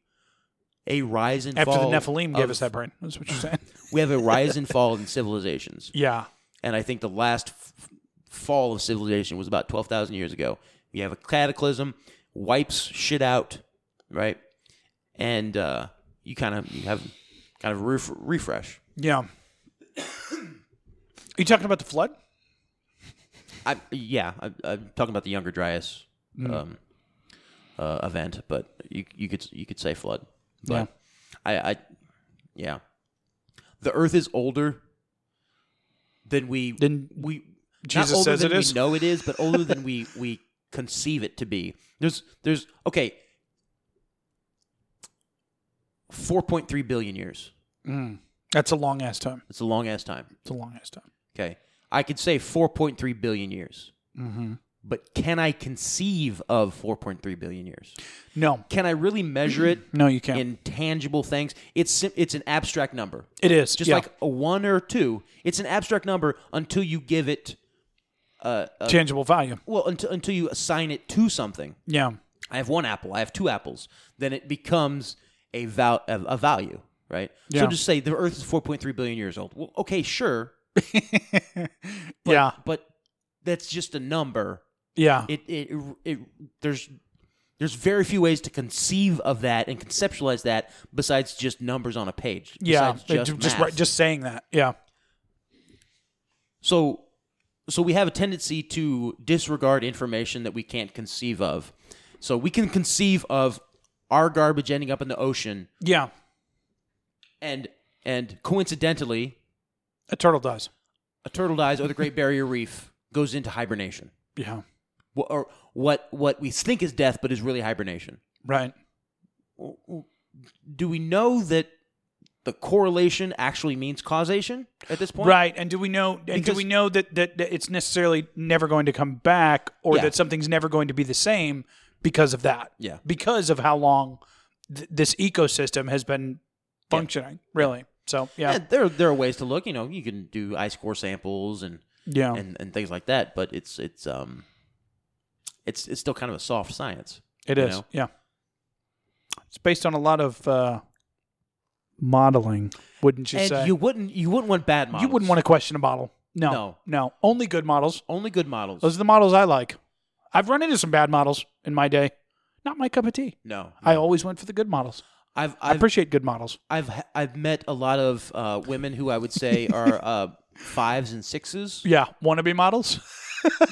Speaker 2: a rise and
Speaker 1: After the
Speaker 2: fall
Speaker 1: Nephilim gave
Speaker 2: of-
Speaker 1: us that brain. That's what you're saying.
Speaker 2: we have a rise and fall in civilizations.
Speaker 1: yeah.
Speaker 2: And I think the last f- fall of civilization was about 12,000 years ago. You have a cataclysm, wipes shit out, right? And uh, you kind of you have kind of ref- refresh.
Speaker 1: Yeah. Are you talking about the flood?
Speaker 2: I, yeah, I, I'm talking about the Younger Dryas um, uh, event, but you you could you could say flood. But I, I yeah, the Earth is older than we
Speaker 1: Than
Speaker 2: we
Speaker 1: Jesus
Speaker 2: not older
Speaker 1: says
Speaker 2: than
Speaker 1: it
Speaker 2: we
Speaker 1: is?
Speaker 2: know it is, but older than we we conceive it to be. There's there's okay, four point three billion years.
Speaker 1: That's a long ass time.
Speaker 2: It's a long ass time.
Speaker 1: It's a long ass time.
Speaker 2: Okay. I could say 4.3 billion years.
Speaker 1: Mm-hmm.
Speaker 2: But can I conceive of 4.3 billion years?
Speaker 1: No.
Speaker 2: Can I really measure it
Speaker 1: No, you can't.
Speaker 2: in tangible things? It's sim- it's an abstract number.
Speaker 1: It is.
Speaker 2: Just
Speaker 1: yeah.
Speaker 2: like a 1 or a 2, it's an abstract number until you give it uh,
Speaker 1: tangible value.
Speaker 2: well until until you assign it to something.
Speaker 1: Yeah.
Speaker 2: I have one apple, I have two apples, then it becomes a val- a, a value, right? So
Speaker 1: Yeah.
Speaker 2: just say the earth is 4.3 billion years old. Well, okay, sure,
Speaker 1: yeah.
Speaker 2: but that's just a number.
Speaker 1: Yeah.
Speaker 2: it, it, it there's there's very few ways to conceive of that and conceptualize that besides just numbers on a page.
Speaker 1: yeah.
Speaker 2: besides
Speaker 1: Ju-
Speaker 2: just,
Speaker 1: Just, right-
Speaker 2: math.
Speaker 1: just saying that. Yeah.
Speaker 2: so so we have a tendency to disregard information that we can't conceive of, So we can conceive of our garbage ending up in the ocean,
Speaker 1: Yeah,
Speaker 2: and and coincidentally,
Speaker 1: a turtle dies.
Speaker 2: a turtle dies or the Great Barrier Reef goes into hibernation,
Speaker 1: Yeah,
Speaker 2: Wh- or what what we think is death, but is really hibernation.
Speaker 1: right.
Speaker 2: Do we know that the correlation actually means causation at this point?
Speaker 1: Right. And do we know? And do
Speaker 2: Because-
Speaker 1: we know that, that that it's necessarily never going to come back, or
Speaker 2: Yeah.
Speaker 1: that something's never going to be the same because of that?
Speaker 2: Yeah.
Speaker 1: Because of how long th- this ecosystem has been functioning, really. So
Speaker 2: Yeah,
Speaker 1: yeah,
Speaker 2: there there are ways to look. You know, you can do ice core samples and
Speaker 1: yeah,
Speaker 2: and, and things like that. But it's it's um it's it's still kind of a soft science.
Speaker 1: it
Speaker 2: you
Speaker 1: is.
Speaker 2: know?
Speaker 1: Yeah. It's based on a lot of uh, modeling, wouldn't you
Speaker 2: and
Speaker 1: say?
Speaker 2: you wouldn't you wouldn't want bad models.
Speaker 1: uh, You wouldn't want to question a model. No,
Speaker 2: No.
Speaker 1: no. Only good models.
Speaker 2: only good models.
Speaker 1: Those are the models I like. I've run into some bad models in my day. Not my cup of tea.
Speaker 2: no,
Speaker 1: I always went for the good models.
Speaker 2: I've
Speaker 1: I
Speaker 2: I've,
Speaker 1: appreciate good models.
Speaker 2: I've I've met a lot of uh, women who I would say are uh, fives and sixes.
Speaker 1: Yeah, wannabe models.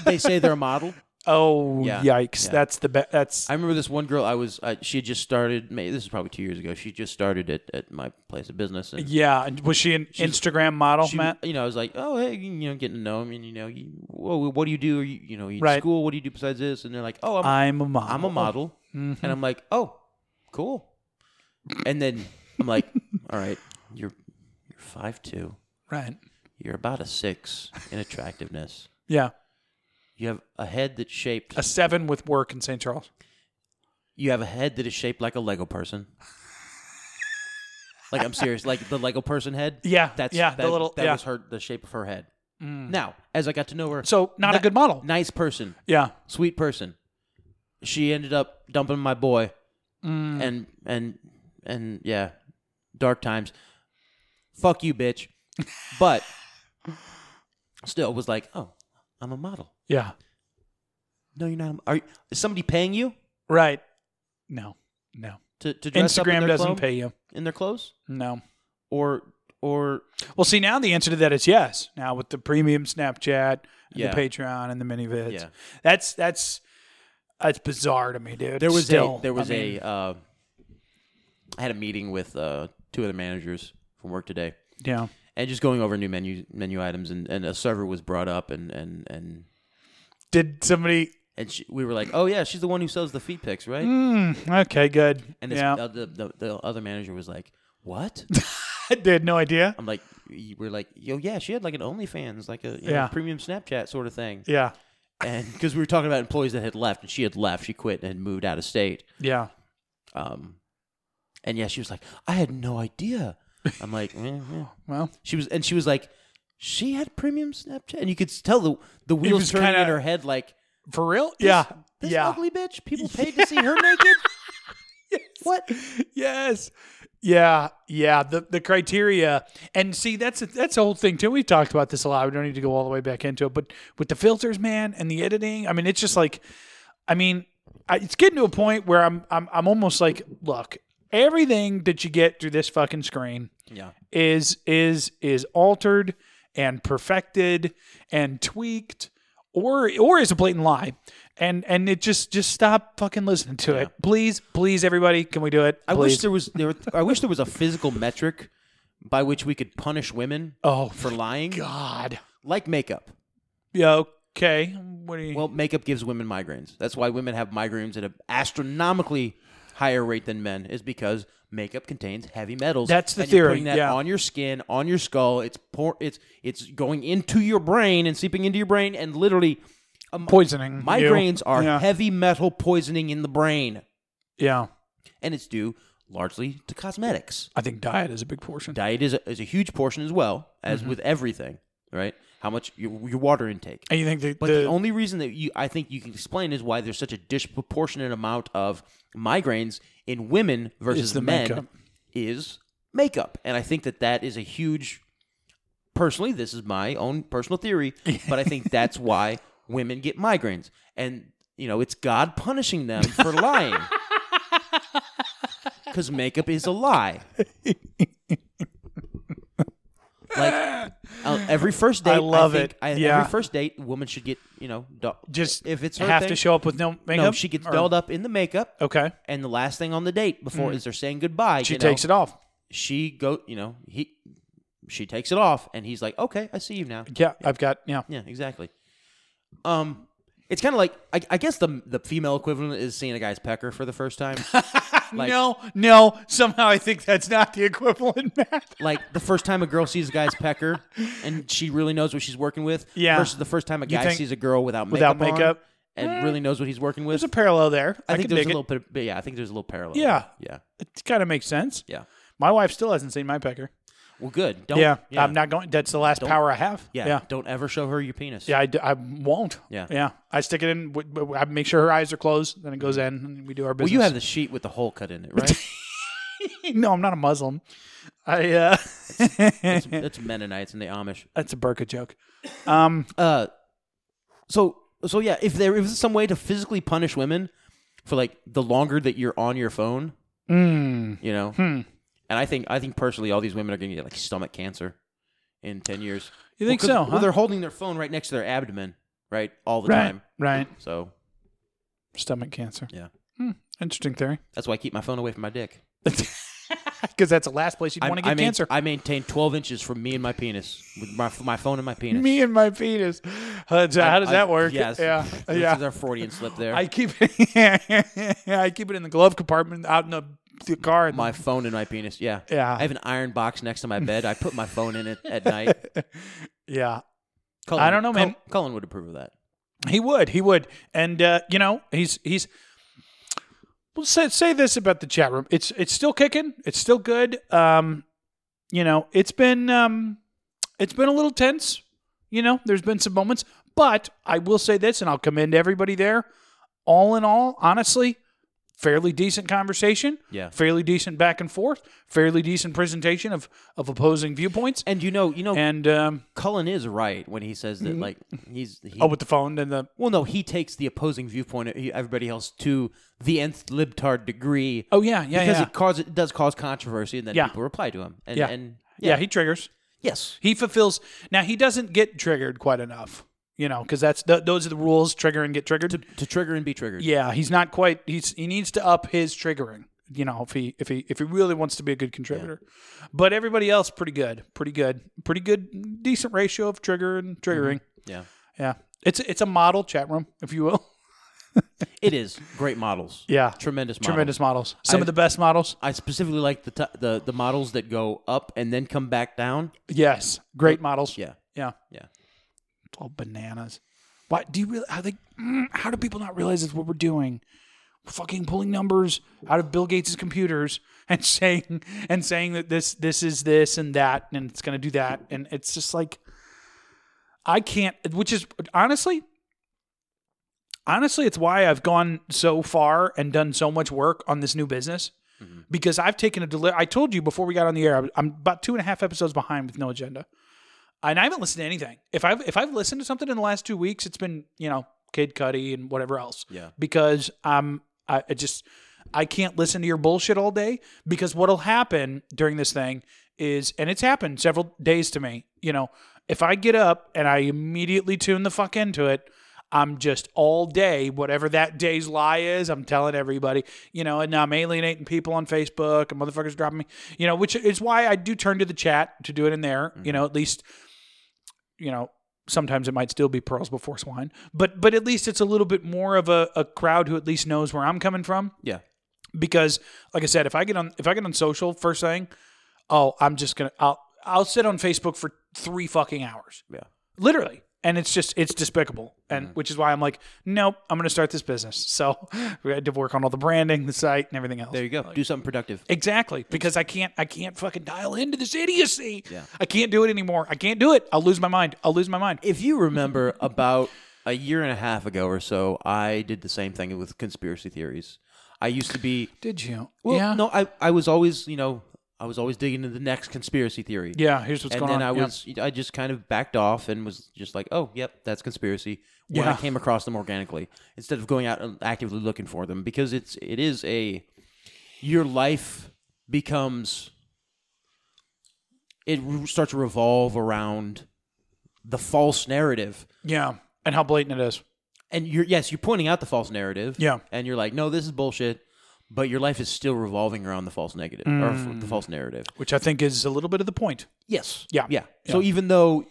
Speaker 2: They say they're a model.
Speaker 1: Oh,
Speaker 2: Yeah,
Speaker 1: yikes!
Speaker 2: yeah.
Speaker 1: That's the best. That's
Speaker 2: I remember this one girl. I was uh, she had just started. Maybe, this is probably two years ago. She just started at, at my place of business and.
Speaker 1: yeah. and Was she an Instagram model,
Speaker 2: she-
Speaker 1: Matt?
Speaker 2: you know, I was like, oh, hey, you know, getting to know him, and you know, you, whoa, what do you do? Are you, you know, you in
Speaker 1: Right.
Speaker 2: school? What do you do besides this? And they're like, oh, I'm,
Speaker 1: I'm a model.
Speaker 2: I'm a model, and
Speaker 1: Mm-hmm.
Speaker 2: I'm like, oh, cool. And then I'm like, all right, you're you're five two,
Speaker 1: Right.
Speaker 2: you're about a six in attractiveness.
Speaker 1: Yeah.
Speaker 2: You have a head that's shaped.
Speaker 1: A seven with work in St. Charles.
Speaker 2: You have a head that is shaped like a Lego person. Like I'm serious, like the Lego person head.
Speaker 1: Yeah,
Speaker 2: that's
Speaker 1: yeah, the
Speaker 2: That,
Speaker 1: little-
Speaker 2: that
Speaker 1: yeah. Mm.
Speaker 2: was her, the shape of her head. Now, as I got to know her,
Speaker 1: So not a
Speaker 2: ni-
Speaker 1: good model.
Speaker 2: Nice person,
Speaker 1: Yeah.
Speaker 2: sweet person. She ended up dumping my boy,
Speaker 1: Mm.
Speaker 2: and and and yeah, dark times. Fuck you, bitch. But still, was like, oh, I'm a model.
Speaker 1: Yeah.
Speaker 2: No, you're not. A, are you, is somebody paying you
Speaker 1: Right. No. No.
Speaker 2: to to dress up in
Speaker 1: Instagram
Speaker 2: their
Speaker 1: doesn't
Speaker 2: clothes-
Speaker 1: pay you.
Speaker 2: in their clothes
Speaker 1: No.
Speaker 2: or or
Speaker 1: Well, see, now the answer to that is yes. Now with the premium Snapchat, and
Speaker 2: Yeah.
Speaker 1: the Patreon, and the mini vids,
Speaker 2: Yeah.
Speaker 1: that's that's that's bizarre to me, dude.
Speaker 2: there was
Speaker 1: Still,
Speaker 2: a there was
Speaker 1: I mean,
Speaker 2: a uh, I had a meeting with uh, two other managers from work today.
Speaker 1: yeah,
Speaker 2: and just going over new menu menu items and, and a server was brought up and and and
Speaker 1: did somebody?
Speaker 2: and she, we were like oh yeah she's the one who sells the feet pics right
Speaker 1: Okay, good.
Speaker 2: and this,
Speaker 1: Mm, yeah,
Speaker 2: uh, the, the the other manager was like what
Speaker 1: I did no idea.
Speaker 2: i'm like y- we're like yo yeah she had like an onlyfans like a you know,
Speaker 1: Yeah.
Speaker 2: premium snapchat sort of thing
Speaker 1: Yeah,
Speaker 2: and because we were talking about employees that had left and she had left she quit and had moved out of state
Speaker 1: yeah,
Speaker 2: um and yeah she was like i had no idea i'm like "Eh, yeah.
Speaker 1: Well.
Speaker 2: she was and she was like she had premium snapchat and you could tell the the wheels
Speaker 1: was
Speaker 2: turning in
Speaker 1: kinda-
Speaker 2: her head like
Speaker 1: for real. yeah,
Speaker 2: This
Speaker 1: yeah,
Speaker 2: ugly bitch. People paid to see her naked. What?
Speaker 1: yes, yeah, yeah. The the criteria, and see, that's that's the whole thing too. We talked about this a lot. We don't need to go all the way back into it, but with the filters, man, and the editing, I mean, it's just like, I mean, I, it's getting to a point where I'm I'm I'm almost like, look, everything that you get through this fucking screen,
Speaker 2: Yeah.
Speaker 1: is is is altered and perfected and tweaked or or is a blatant lie and and it just just stop fucking listening to it please please everybody can we do it
Speaker 2: I wish
Speaker 1: Please.
Speaker 2: there was there. I wish there was a physical metric by which we could punish women
Speaker 1: oh
Speaker 2: for lying,
Speaker 1: god
Speaker 2: like makeup.
Speaker 1: yeah okay what do you
Speaker 2: Well, makeup gives women migraines. That's why women have migraines at an astronomically higher rate than men. Is because makeup contains heavy metals.
Speaker 1: That's the
Speaker 2: and you're
Speaker 1: theory,
Speaker 2: putting that
Speaker 1: yeah.
Speaker 2: on your skin, on your skull. It's por- It's it's going into your brain and seeping into your brain and literally. a mi-
Speaker 1: poisoning you.
Speaker 2: Migraines are
Speaker 1: yeah.
Speaker 2: heavy metal poisoning in the brain.
Speaker 1: yeah
Speaker 2: and it's due largely to cosmetics.
Speaker 1: i think diet is a big portion
Speaker 2: Diet is a, is a huge portion as well, as with everything, right? How much your, your water intake.
Speaker 1: and you think the,
Speaker 2: But
Speaker 1: the,
Speaker 2: the, only reason that you I think you can explain is why there's such a disproportionate amount of migraines in women versus
Speaker 1: Is the
Speaker 2: men
Speaker 1: makeup.
Speaker 2: is makeup, and I think that that is a huge. Personally, this is my own personal theory, but I think that's why women get migraines, and you know it's God punishing them for lying. Because makeup is a lie. like, uh, every first date.
Speaker 1: I love
Speaker 2: think,
Speaker 1: it.
Speaker 2: I,
Speaker 1: Yeah.
Speaker 2: Every first date, woman should get you know do-
Speaker 1: Just
Speaker 2: if it's her
Speaker 1: have
Speaker 2: thing,
Speaker 1: to show up with no makeup.
Speaker 2: No, she gets
Speaker 1: or-
Speaker 2: dolled up in the makeup,
Speaker 1: Okay, Mm.
Speaker 2: and the last thing on the date before is they're saying goodbye.
Speaker 1: she
Speaker 2: you know,
Speaker 1: takes it off.
Speaker 2: She go. You know he. She takes it off, and he's like, "Okay, I see you now."
Speaker 1: Yeah, I've got yeah.
Speaker 2: Yeah, exactly. Um, it's kind of like I, I guess the the female equivalent is seeing a guy's pecker for the first time, Like-
Speaker 1: no, no. Somehow I think that's not the equivalent, Matt.
Speaker 2: like the first time a girl sees a guy's pecker and she really knows what she's working with.
Speaker 1: Yeah.
Speaker 2: Versus the first time a guy
Speaker 1: think-
Speaker 2: sees a girl without
Speaker 1: Without
Speaker 2: makeup
Speaker 1: makeup? Eh.
Speaker 2: on and really knows what he's working with.
Speaker 1: There's a parallel there.
Speaker 2: I
Speaker 1: I,
Speaker 2: think
Speaker 1: can
Speaker 2: there's
Speaker 1: dig
Speaker 2: a
Speaker 1: it.
Speaker 2: little bit. But yeah, I think there's a little parallel.
Speaker 1: Yeah.
Speaker 2: Yeah.
Speaker 1: it kind of makes sense.
Speaker 2: Yeah.
Speaker 1: My wife still hasn't seen my pecker.
Speaker 2: Well, good. Don't.
Speaker 1: yeah, I'm not going. That's the last power I have.
Speaker 2: Yeah,
Speaker 1: yeah.
Speaker 2: Don't ever show her your penis.
Speaker 1: Yeah, I, d- I won't.
Speaker 2: Yeah.
Speaker 1: yeah. I stick it in. w- w- I make sure her eyes are closed. Then it goes in, and we do our
Speaker 2: Mm-hmm. Well,
Speaker 1: business.
Speaker 2: you have the sheet with the hole cut in it, right?
Speaker 1: no. I'm not a Muslim. I. uh
Speaker 2: that's, that's Mennonites and the Amish.
Speaker 1: That's a burqa joke. Um,
Speaker 2: Uh, so so yeah, if there is some way to physically punish women for like the longer that you're on your phone,
Speaker 1: Mm.
Speaker 2: you know,
Speaker 1: Hmm.
Speaker 2: and I think I think personally, all these women are going to get like stomach cancer in ten years.
Speaker 1: you think
Speaker 2: 'cause-
Speaker 1: so?
Speaker 2: Well,
Speaker 1: huh?
Speaker 2: they're holding their phone right next to their abdomen, right, all the
Speaker 1: right,
Speaker 2: time.
Speaker 1: right.
Speaker 2: So
Speaker 1: Stomach cancer.
Speaker 2: yeah,
Speaker 1: Interesting theory.
Speaker 2: that's why I keep my phone away from my dick.
Speaker 1: Because that's the last place you'd
Speaker 2: I-
Speaker 1: want to
Speaker 2: I
Speaker 1: get
Speaker 2: main-
Speaker 1: cancer.
Speaker 2: I maintain 12 inches from me and my penis with my, my phone and my penis.
Speaker 1: Me and my penis. How does, how does
Speaker 2: I-
Speaker 1: that work?
Speaker 2: Yes.
Speaker 1: Yeah.
Speaker 2: This
Speaker 1: yeah.
Speaker 2: is our Freudian slip there.
Speaker 1: I keep I keep it in the glove compartment out in the, the car. and-
Speaker 2: my phone and my penis. Yeah.
Speaker 1: Yeah.
Speaker 2: I have an iron box next to my bed. I put my phone in it at night.
Speaker 1: yeah.
Speaker 2: Cullen,
Speaker 1: I don't know,
Speaker 2: Cul-
Speaker 1: man.
Speaker 2: Cullen would approve of that.
Speaker 1: He would. He would. And uh, you know, he's he's. Well, say, say this about the chat room. It's it's still kicking. It's still good. Um, you know, it's been um, it's been a little tense. You know, there's been some moments, but I will say this, and I'll commend everybody there. All in all, honestly, fairly decent conversation.
Speaker 2: Yeah.
Speaker 1: Fairly decent back and forth. Fairly decent presentation of of opposing viewpoints.
Speaker 2: And you know, you know,
Speaker 1: And um,
Speaker 2: Cullen is right when he says that, like, he's. He,
Speaker 1: oh, with the phone and the
Speaker 2: well, no, he takes the opposing viewpoint of everybody else to the nth libtard degree.
Speaker 1: oh yeah yeah
Speaker 2: because
Speaker 1: yeah.
Speaker 2: it cause it does cause controversy, and then
Speaker 1: Yeah.
Speaker 2: people reply to him. And,
Speaker 1: Yeah.
Speaker 2: And
Speaker 1: yeah, he triggers.
Speaker 2: yes,
Speaker 1: He fulfills. Now he doesn't get triggered quite enough, you know, because that's th- those are the rules: trigger and get triggered.
Speaker 2: to trigger and be triggered.
Speaker 1: yeah, he's not quite. He's he needs to up his triggering, you know, if he if he if he really wants to be a good contributor. But everybody else, pretty good, pretty good, pretty good, decent ratio of trigger and triggering.
Speaker 2: Yeah.
Speaker 1: Yeah, it's it's a model chat room, if you will.
Speaker 2: It is great models.
Speaker 1: Yeah.
Speaker 2: tremendous, models.
Speaker 1: Tremendous models. Some of the best models.
Speaker 2: I specifically like the, t- the the models that go up and then come back down.
Speaker 1: Yes, great models.
Speaker 2: Yeah,
Speaker 1: yeah,
Speaker 2: yeah.
Speaker 1: It's all bananas. Why do you really? How they? mm, How do people not realize that's what we're doing? We're fucking pulling numbers out of Bill Gates' computers and saying and saying that this this is this and that and it's going to do that and it's just like I can't. Which is honestly, honestly, it's why I've gone so far and done so much work on this new business. Because I've taken a deli- I told you before we got on the air, I'm- I'm about two and a half episodes behind with no agenda and I haven't listened to anything. If I've if I've listened to something in the last two weeks, it's been you know Kid Cudi and whatever else.
Speaker 2: Yeah.
Speaker 1: Because um, I, I just I can't listen to your bullshit all day because what'll happen during this thing is, and it's happened several days to me. You know, if I get up and I immediately tune the fuck into it. I'm just all day, whatever that day's lie is, I'm telling everybody, you know, and now I'm alienating people on Facebook and motherfuckers dropping me, you know, which is why I do turn to the chat to do it in there, you know, at least you know sometimes it might still be pearls before swine but but at least it's a little bit more of a, a crowd who at least knows where i'm coming from
Speaker 2: Yeah.
Speaker 1: because like i said if i get on if i get on social first thing oh i'm just gonna i'll i'll sit on facebook for three fucking hours
Speaker 2: Yeah.
Speaker 1: literally and it's just it's despicable
Speaker 2: Mm-hmm.
Speaker 1: and which is why i'm like nope i'm gonna start this business so we had to work on all the branding the site and everything else
Speaker 2: There you go. Do something productive.
Speaker 1: Exactly, because I can't, I can't fucking dial into this idiocy. Yeah. I can't do it anymore. I can't do it. I'll lose my mind. I'll lose my mind.
Speaker 2: If you remember, about a year and a half ago or so, I did the same thing with conspiracy theories. I used to be
Speaker 1: Did you?
Speaker 2: well,
Speaker 1: yeah.
Speaker 2: no, I I was always you know I was always digging into the next conspiracy theory.
Speaker 1: Yeah. Here's what's
Speaker 2: and
Speaker 1: going
Speaker 2: then I
Speaker 1: on. Yeah.
Speaker 2: was I just kind of backed off and was just like, oh, yep, that's conspiracy. When I
Speaker 1: Yeah.
Speaker 2: came across them organically, instead of going out and actively looking for them, because it's it is a your life becomes it re- starts to revolve around the false narrative.
Speaker 1: Yeah. And how blatant it is.
Speaker 2: And you're yes, you're pointing out the false narrative.
Speaker 1: Yeah.
Speaker 2: And you're like, no, this is bullshit. But your life is still revolving around the false negative or f- the false narrative.
Speaker 1: Which I think is a little bit of the point.
Speaker 2: Yes.
Speaker 1: Yeah.
Speaker 2: Yeah. So even though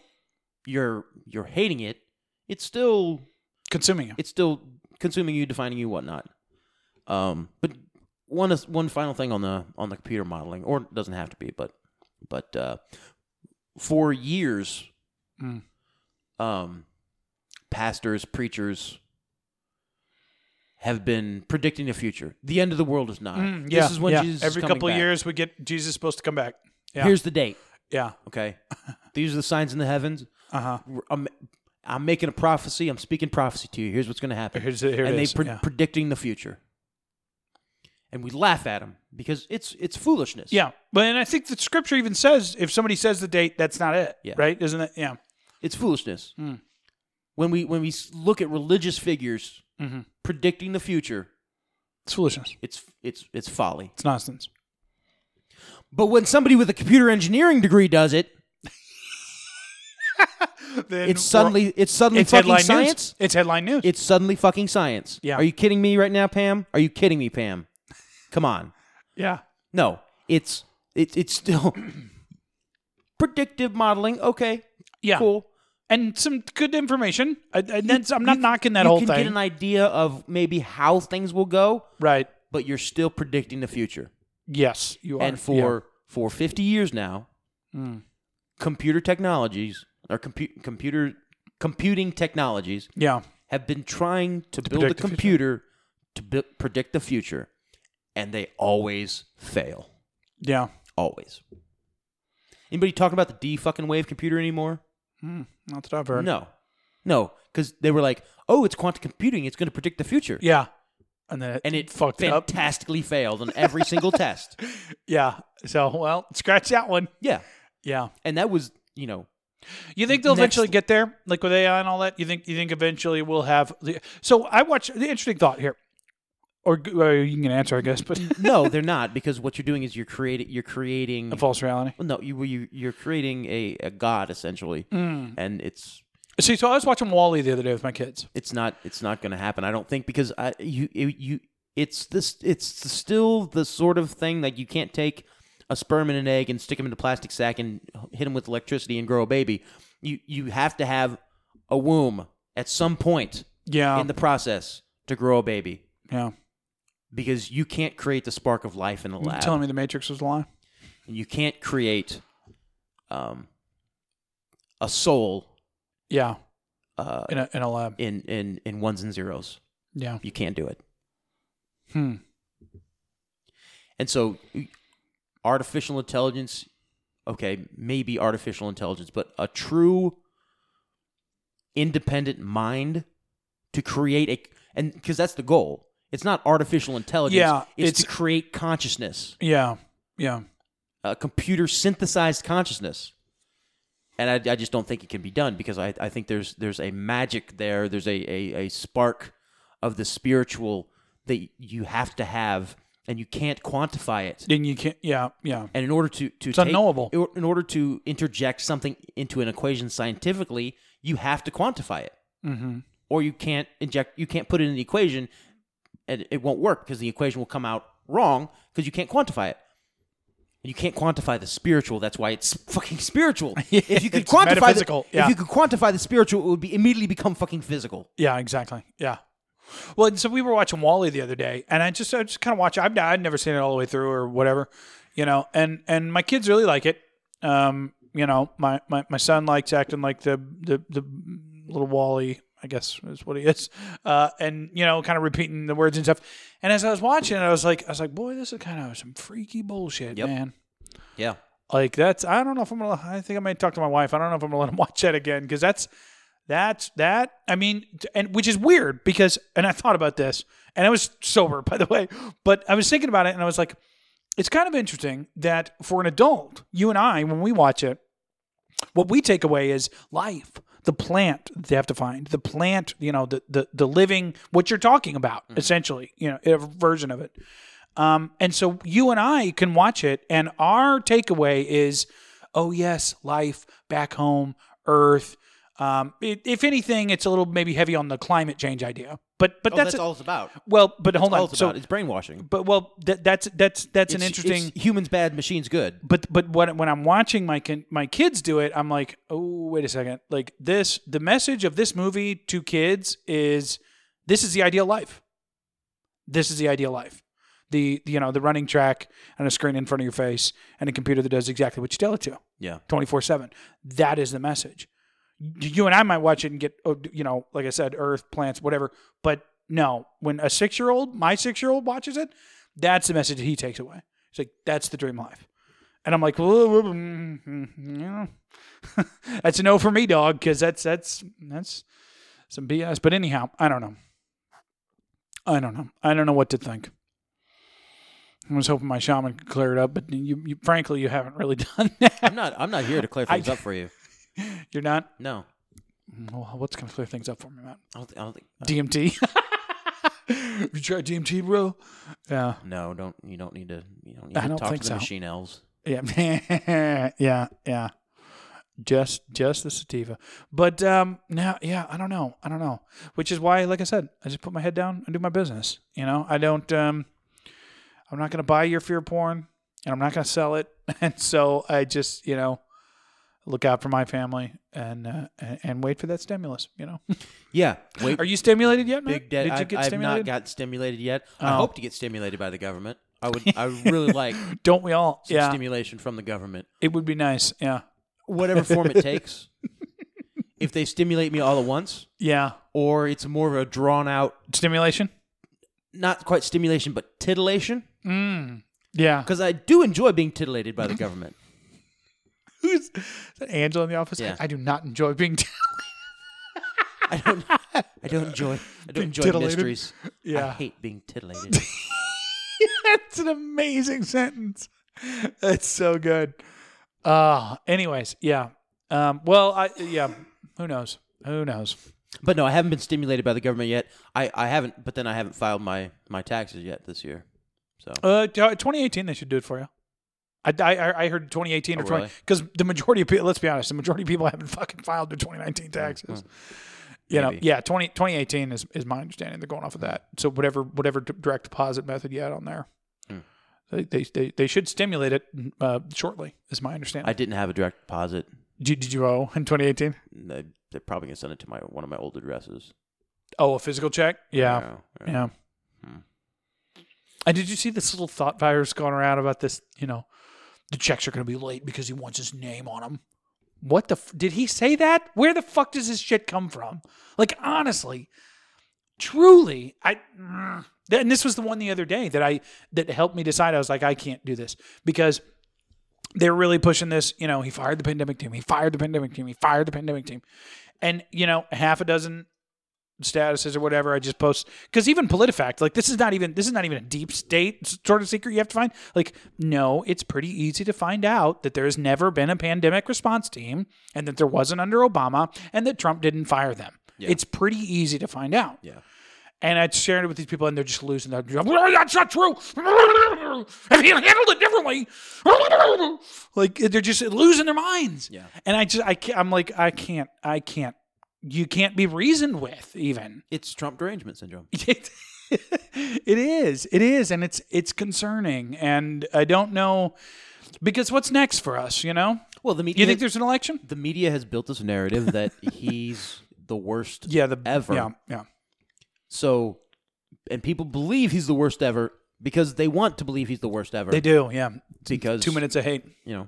Speaker 2: you're you're hating it, it's still
Speaker 1: Consuming it.
Speaker 2: it's still consuming you, defining you, whatnot. Um, but one is one final thing on the on the computer modeling, or it doesn't have to be, but but uh, for years,
Speaker 1: Mm.
Speaker 2: um, pastors, preachers have been predicting the future. The end of the world is not.
Speaker 1: Mm,
Speaker 2: this is when Jesus is
Speaker 1: Every
Speaker 2: coming
Speaker 1: couple
Speaker 2: back.
Speaker 1: years, we get Jesus is supposed to come back. Yeah.
Speaker 2: Here's the date.
Speaker 1: yeah.
Speaker 2: Okay, these are the signs in the heavens.
Speaker 1: Uh huh.
Speaker 2: I'm, I'm making a prophecy. I'm speaking prophecy to you. Here's what's going to happen.
Speaker 1: Here's it- here it
Speaker 2: and
Speaker 1: is,
Speaker 2: they pre-
Speaker 1: yeah.
Speaker 2: predicting the future. And we laugh at them because it's it's foolishness.
Speaker 1: Yeah. But and I think that scripture even says if somebody says the date, that's not it.
Speaker 2: Yeah.
Speaker 1: Right? Isn't it? Yeah.
Speaker 2: it's foolishness.
Speaker 1: Hmm.
Speaker 2: When we when we s- look at religious figures
Speaker 1: Mm-hmm.
Speaker 2: predicting the future,
Speaker 1: It's foolishness.
Speaker 2: it's it's it's folly.
Speaker 1: It's nonsense.
Speaker 2: But when somebody with a computer engineering degree does it,
Speaker 1: Then
Speaker 2: it's suddenly it's suddenly
Speaker 1: it's
Speaker 2: fucking
Speaker 1: headline
Speaker 2: science.
Speaker 1: news. It's headline news.
Speaker 2: It's suddenly fucking science.
Speaker 1: Yeah.
Speaker 2: Are you kidding me right now, Pam? Are you kidding me, Pam? Come on.
Speaker 1: yeah.
Speaker 2: No, it's it's it's still predictive modeling. Okay,
Speaker 1: Yeah.
Speaker 2: cool.
Speaker 1: And some good information. I, I, that's, I'm not knocking that
Speaker 2: you
Speaker 1: whole
Speaker 2: can
Speaker 1: thing.
Speaker 2: get an idea of maybe how things will go,
Speaker 1: right.
Speaker 2: but you're still predicting the future.
Speaker 1: Yes. You are.
Speaker 2: And for for 50 years now,
Speaker 1: Hmm.
Speaker 2: computer technologies or compu- computer computing technologies
Speaker 1: Yeah. yeah.
Speaker 2: have been trying to, build a
Speaker 1: predict the future.
Speaker 2: computer to bu- predict the future, and they always fail.
Speaker 1: Yeah.
Speaker 2: Always. Anybody talking about the D fucking wave computer anymore?
Speaker 1: Not that I've heard.
Speaker 2: No, no, because they were like, "Oh, it's quantum computing; it's going to predict the future,"
Speaker 1: Yeah. And then it,
Speaker 2: and it
Speaker 1: fucked it up.
Speaker 2: fantastically failed on every single test.
Speaker 1: Yeah. So well, scratch that one.
Speaker 2: Yeah,
Speaker 1: Yeah.
Speaker 2: and that was you know,
Speaker 1: You think they'll
Speaker 2: Next-
Speaker 1: eventually get there, like with AI and all that? You think you think eventually we'll have? So I watch the interesting thought here, or well, you can answer, I guess, but
Speaker 2: no, they're not because what you're doing is you're creating you're creating
Speaker 1: a false reality.
Speaker 2: well, no you you you're creating a, a god essentially,
Speaker 1: Mm.
Speaker 2: and it's
Speaker 1: See, so I was watching Wally the other day with my kids.
Speaker 2: it's not it's not going to happen. I don't think because I you you you- it's this it's still the sort of thing that you can't take a sperm and an egg and stick them in a plastic sack and hit them with electricity and grow a baby. You you have to have a womb at some point
Speaker 1: Yeah,
Speaker 2: in the process to grow a baby
Speaker 1: yeah.
Speaker 2: because you can't create the spark of life in a
Speaker 1: You
Speaker 2: lab.
Speaker 1: telling me the Matrix was a lie?
Speaker 2: And you can't create um a soul
Speaker 1: Yeah,
Speaker 2: uh,
Speaker 1: in a in a lab.
Speaker 2: in in in ones and zeros.
Speaker 1: Yeah,
Speaker 2: You can't do it.
Speaker 1: Hmm.
Speaker 2: And so, artificial intelligence, okay, maybe artificial intelligence, but a true independent mind to create a, and because that's the goal. It's not artificial intelligence.
Speaker 1: Yeah,
Speaker 2: it's, to
Speaker 1: it's-
Speaker 2: create consciousness,
Speaker 1: yeah, yeah.
Speaker 2: a computer synthesized consciousness. And I, I just don't think it can be done because I, I think there's there's a magic there. There's a, a, a spark of the spiritual that you have to have, and you can't quantify it
Speaker 1: Then you can't. Yeah, yeah.
Speaker 2: and in order to to
Speaker 1: It's unknowable.
Speaker 2: in order to interject something into an equation scientifically, you have to quantify it,
Speaker 1: Mm-hmm.
Speaker 2: or you can't inject, you can't put it in the equation, and it won't work because the equation will come out wrong because you can't quantify it. And you can't quantify the spiritual. That's why it's fucking spiritual. if you could
Speaker 1: It's
Speaker 2: quantify the,
Speaker 1: metaphysical, yeah.
Speaker 2: if you could quantify the spiritual, it would be immediately become fucking physical.
Speaker 1: Yeah, exactly. Yeah. Well, and so we were watching Wally the other day, and I just I just kind of watch. it. I've I'd never seen it all the way through or whatever, you know. And and my kids really like it. Um, you know, my my, my son likes acting like the the the little Wally, I guess is what he is. Uh, and you know, kind of repeating the words and stuff. And as I was watching, it, I was like, I was like, boy, this is kind of some freaky bullshit,
Speaker 2: Yep.
Speaker 1: man.
Speaker 2: Yeah,
Speaker 1: Like that's I don't know if I'm gonna. I think I may talk to my wife. I don't know if I'm gonna let him watch that again because that's that's that. I mean, and which is weird because and I thought about this and I was sober by the way, but I was thinking about it and I was like, it's kind of interesting that for an adult, you and I, when we watch it, what we take away is life, the plant that they have to find, the plant, you know, the the the living what you're talking about
Speaker 2: Mm-hmm.
Speaker 1: essentially, you know, a version of it. Um, and so you and I can watch it, and our takeaway is, oh yes, life back home, Earth, Um, i if anything, it's a little maybe heavy on the climate change idea, but but
Speaker 2: Oh,
Speaker 1: that's,
Speaker 2: that's,
Speaker 1: a-
Speaker 2: all it's about.
Speaker 1: well, but hold
Speaker 2: That's all
Speaker 1: on.
Speaker 2: it's
Speaker 1: So,
Speaker 2: about. It's brainwashing.
Speaker 1: but well, that, that's that's that's an
Speaker 2: It's-
Speaker 1: interesting.
Speaker 2: it's humans bad, machines good.
Speaker 1: but but when when I'm watching my kin- my kids do it, I'm like, oh wait a second, like this the message of this movie to kids is this is the ideal life. This is the ideal life. The you know the running track and a screen in front of your face and a computer that does exactly what you tell it to.
Speaker 2: Yeah.
Speaker 1: 24 7. That is the message. Y- You and I might watch it and get, oh, you know, like I said, earth, plants, whatever. But no, when a six year old, my six year old watches it, that's the message that he takes away. It's like, that's the dream life. And I'm like, "Whoa, whoa, mm, mm, yeah. that's a no for me, dog, because that's, that's, that's some BS. But anyhow, I don't know. I don't know. I don't know what to think. I was hoping my shaman could clear it up, but you, you frankly, you haven't really done that.
Speaker 2: I'm not. I'm not here to clear
Speaker 1: I-
Speaker 2: things up for you.
Speaker 1: You're not. Oh.
Speaker 2: No.
Speaker 1: Mm, Well, what's going to clear things up for me, Matt?
Speaker 2: I don't. thi- I don't think.
Speaker 1: DMT. you tried DMT, bro? Yeah,
Speaker 2: No. Don't. You don't need to. You don't need
Speaker 1: I
Speaker 2: to
Speaker 1: don't
Speaker 2: talk to
Speaker 1: think
Speaker 2: the
Speaker 1: so.
Speaker 2: machine elves.
Speaker 1: yeah, yeah, yeah. Just, just the sativa. But um, now, yeah, I don't know, I don't know. Which is why, like I said, I just put my head down and do my business. You know, I don't. Um, I'm not going to buy your fear porn, and I'm not going to sell it. And so I just, you know, look out for my family and uh, and, and wait for that stimulus. You know,
Speaker 2: Yeah. Wait.
Speaker 1: are you stimulated yet, man?
Speaker 2: Big dead.
Speaker 1: Did you
Speaker 2: I've,
Speaker 1: get
Speaker 2: I've
Speaker 1: stimulated?
Speaker 2: not got stimulated yet. I
Speaker 1: Oh.
Speaker 2: hope to get stimulated by the government. I would. I would really like some
Speaker 1: Don't we all? Yeah,
Speaker 2: stimulation from the government,
Speaker 1: it would be nice. Yeah,
Speaker 2: whatever form it takes. if they stimulate me all at once,
Speaker 1: yeah.
Speaker 2: or it's more of a drawn out,
Speaker 1: Stimulation.
Speaker 2: not quite stimulation, but titillation,
Speaker 1: Yeah.
Speaker 2: because I do enjoy being titillated by the government.
Speaker 1: Who's is that Angela in the office?
Speaker 2: Yeah.
Speaker 1: I do not enjoy being. T-
Speaker 2: I don't. I don't enjoy. I don't enjoy
Speaker 1: titillated.
Speaker 2: mysteries. I
Speaker 1: yeah,
Speaker 2: hate being titillated.
Speaker 1: that's an amazing sentence. That's so good. Uh anyways, yeah. Um, well, I yeah. Who knows? Who knows?
Speaker 2: but no, I haven't been stimulated by the government yet. I, I haven't. But then I haven't filed my my taxes yet this year. So
Speaker 1: Uh, t- 2018, they should do it for you. I, I- I, I heard 2018 or
Speaker 2: Oh,
Speaker 1: 20
Speaker 2: really?
Speaker 1: because the majority of people, let's be honest, the majority of people haven't fucking filed their 2019 taxes. You know,
Speaker 2: Hmm, Maybe. Hmm.
Speaker 1: yeah, 20, 2018 is, is my understanding. They're going off of that. So whatever whatever d- direct deposit method you had on there,
Speaker 2: Hmm.
Speaker 1: they, they, they they should stimulate it uh, shortly. Is my understanding.
Speaker 2: I didn't have a direct deposit.
Speaker 1: did, did you owe in 2018?
Speaker 2: They, they're probably gonna send it to my one of my old addresses.
Speaker 1: Oh, a physical check. Yeah.
Speaker 2: Yeah,
Speaker 1: Yeah. And did you see this little thought virus going around about this? You know, the checks are going to be late because he wants his name on them. What the? F- did he say that? Where the fuck does this shit come from? Like, honestly, truly, I. mm. and this was the one the other day that I that helped me decide. I was like, I can't do this because they're really pushing this. You know, he fired the pandemic team. He fired the pandemic team. He fired the pandemic team. And you know, half a dozen statuses or whatever I just post because even PolitiFact like this is not even this is not even a deep state s- sort of secret you have to find like no it's pretty easy to find out that there has never been a pandemic response team and that there wasn't under Obama and that Trump didn't fire them it's pretty easy to find out
Speaker 2: Yeah.
Speaker 1: and I shared it with these people and they're just losing their "Oh, that's not true if he handled it differently like they're just losing their minds
Speaker 2: Yeah.
Speaker 1: and I just I ca- I'm like I can't I can't you can't be reasoned with even
Speaker 2: It's Trump derangement syndrome.
Speaker 1: it, it is. It is, and it's it's concerning. And I don't know because what's next for us? You know,
Speaker 2: Well, the media.
Speaker 1: you think there's an election?
Speaker 2: the media has built this narrative that he's the worst
Speaker 1: Yeah, the
Speaker 2: ever.
Speaker 1: Yeah, yeah,
Speaker 2: So, and people believe he's the worst ever because they want to believe he's the worst ever.
Speaker 1: they do. Yeah,
Speaker 2: because
Speaker 1: two minutes of hate.
Speaker 2: You know,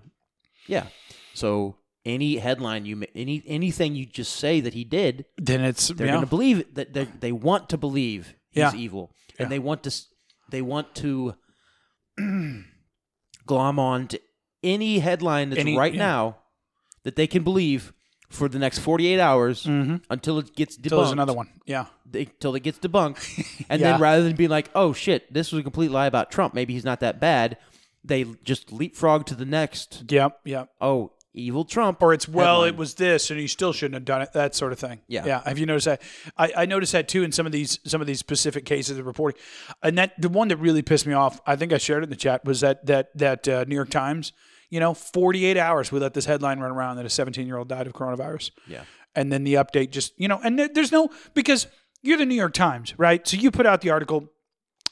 Speaker 2: yeah. So any headline you ma- any anything you just say that he did,
Speaker 1: Then it's
Speaker 2: they're
Speaker 1: yeah.
Speaker 2: going to believe it, that they they want to believe he's
Speaker 1: Yeah.
Speaker 2: evil, and they want to s- they want to glom on to any headline that's
Speaker 1: Any-
Speaker 2: right
Speaker 1: yeah.
Speaker 2: now that they can believe for the next 48 hours until it gets debunked
Speaker 1: so Mm-hmm. there's another one. Yeah,
Speaker 2: until it gets debunked and
Speaker 1: Yeah.
Speaker 2: then rather than being like oh shit this was a complete lie about trump maybe he's not that bad they just leapfrog to the next
Speaker 1: yeah, yeah.
Speaker 2: oh evil trump
Speaker 1: Or it's well,
Speaker 2: headline.
Speaker 1: it was this, and you still shouldn't have done it. That sort of thing.
Speaker 2: Yeah.
Speaker 1: yeah. Have you noticed that? I, I noticed that too in some of these some of these specific cases of reporting, and that the one that really pissed me off. I think I shared it in the chat was that that that uh, New York Times you know, 48 hours we let this headline run around that a 17 year old died of coronavirus.
Speaker 2: Yeah.
Speaker 1: And then the update just, you know, and there- there's no, because you're the New York Times, right? So you put out the article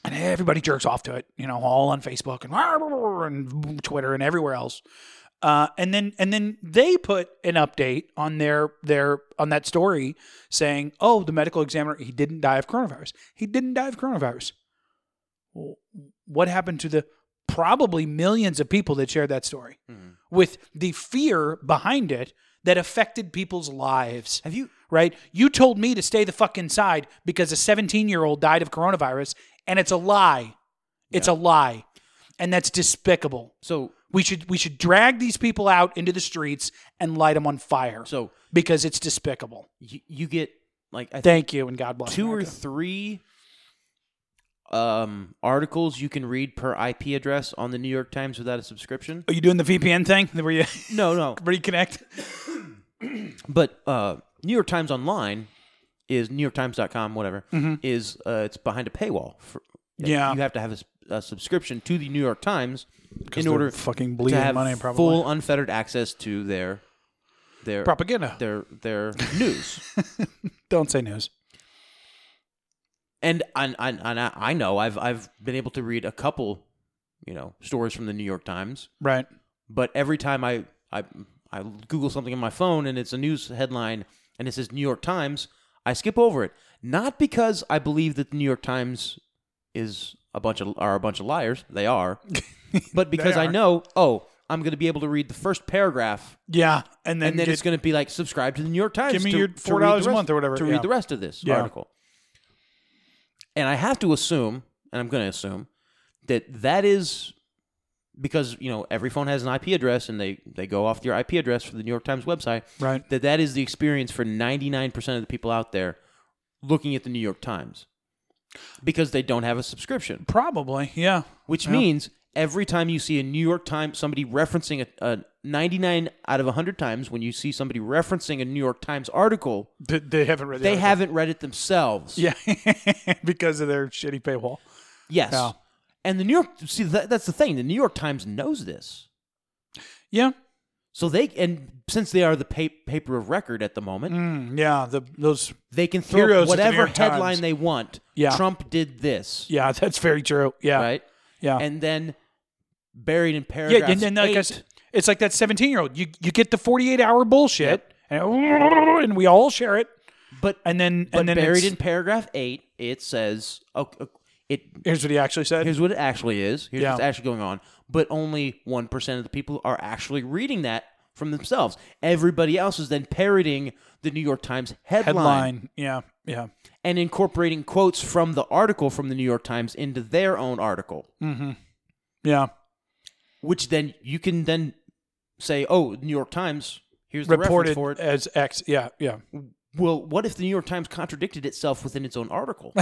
Speaker 1: and everybody jerks off to it, you know, all on Facebook and, and Twitter and everywhere else. Uh, and then and then they put an update on their their on that story saying, "Oh, the medical examiner he didn't die of coronavirus. He didn't die of coronavirus." Well, what happened to the probably millions of people that shared that story
Speaker 2: Mm-hmm.
Speaker 1: with the fear behind it that affected people's lives?
Speaker 2: Have you?
Speaker 1: right? You told me to stay the fuck inside because a 17 year old died of coronavirus, and it's a lie. It's a lie, and that's despicable.
Speaker 2: So
Speaker 1: We should we should drag these people out into the streets and light them on fire
Speaker 2: so
Speaker 1: because it's despicable.
Speaker 2: you, you get like I think
Speaker 1: Thank you and God bless.
Speaker 2: two or
Speaker 1: America.
Speaker 2: three um articles you can read per IP address on the New York Times without a subscription.
Speaker 1: Are you doing the VPN thing where you
Speaker 2: No, no.
Speaker 1: reconnect?
Speaker 2: But uh, New York Times Online is NewYorkTimes.com, whatever, is uh, it's behind a paywall. For, like,
Speaker 1: Mm-hmm. Yeah.
Speaker 2: you have to have a, s- a subscription to the New York Times in
Speaker 1: they're
Speaker 2: order
Speaker 1: fucking
Speaker 2: to
Speaker 1: bleeding
Speaker 2: have
Speaker 1: money, probably.
Speaker 2: full unfettered access to their their
Speaker 1: Propaganda.
Speaker 2: their their news.
Speaker 1: Don't say news.
Speaker 2: and and and, and I, I know I've I've been able to read a couple, you know, stories from the New York Times,
Speaker 1: Right.
Speaker 2: but every time I I I Google something on my phone and it's a news headline and it says New York Times, I skip over it. Not because I believe that the New York Times is a bunch of are a bunch of liars. They are, but because I
Speaker 1: are.
Speaker 2: know oh. I'm going to be able to read the first paragraph,
Speaker 1: Yeah, and then,
Speaker 2: and then
Speaker 1: get-
Speaker 2: it's going to be like subscribe to the New York Times.
Speaker 1: Give me
Speaker 2: to-
Speaker 1: your
Speaker 2: to read the
Speaker 1: $4 a
Speaker 2: rest-
Speaker 1: month or whatever,
Speaker 2: to
Speaker 1: yeah.
Speaker 2: read the rest of this
Speaker 1: Yeah.
Speaker 2: article. And I have to assume, and I'm going to assume that that is because you know every phone has an IP address, and they they go off your IP address for the New York Times website.
Speaker 1: Right.
Speaker 2: That that is the experience for 99 percent of the people out there looking at the New York Times because they don't have a subscription,
Speaker 1: probably yeah.
Speaker 2: which
Speaker 1: Yeah.
Speaker 2: means every time you see a New York Times somebody referencing a, a 99 out of 100 times when you see somebody referencing a New York Times article,
Speaker 1: They, they haven't read. the
Speaker 2: they
Speaker 1: article.
Speaker 2: haven't read it themselves.
Speaker 1: Yeah, because of their shitty paywall.
Speaker 2: Yes.
Speaker 1: Yeah.
Speaker 2: And the New York see that, that's the thing. The New York Times knows this.
Speaker 1: Yeah,
Speaker 2: So they and since they are the pa- paper of record at the moment,
Speaker 1: Mm, yeah. The those.
Speaker 2: they can throw
Speaker 1: Heroes of the New
Speaker 2: whatever
Speaker 1: York Times.
Speaker 2: headline they want.
Speaker 1: Yeah.
Speaker 2: Trump did this,
Speaker 1: Yeah, that's very true. Yeah,
Speaker 2: right?
Speaker 1: yeah,
Speaker 2: And then buried in paragraphs.
Speaker 1: yeah. And then like I
Speaker 2: eight,
Speaker 1: s- it's like that seventeen-year-old. You you get the forty-eight hour bullshit, and, and we all share it,
Speaker 2: but
Speaker 1: and then
Speaker 2: but
Speaker 1: and then
Speaker 2: buried
Speaker 1: it's-
Speaker 2: in paragraph eight, it says oh, oh, it.
Speaker 1: here's what he actually said.
Speaker 2: Here's what it actually is. Here's
Speaker 1: Yeah.
Speaker 2: what's actually going on. But only one percent of the people are actually reading that from themselves. Everybody else is then parroting the New York Times headline.
Speaker 1: Headline. Yeah, yeah.
Speaker 2: and incorporating quotes from the article from the New York Times into their own article,
Speaker 1: Yeah,
Speaker 2: which then you can then say, "Oh, New York Times, here's the
Speaker 1: reported
Speaker 2: reference for it."
Speaker 1: as X. Yeah, yeah.
Speaker 2: Well, what if the New York Times contradicted itself within its own article?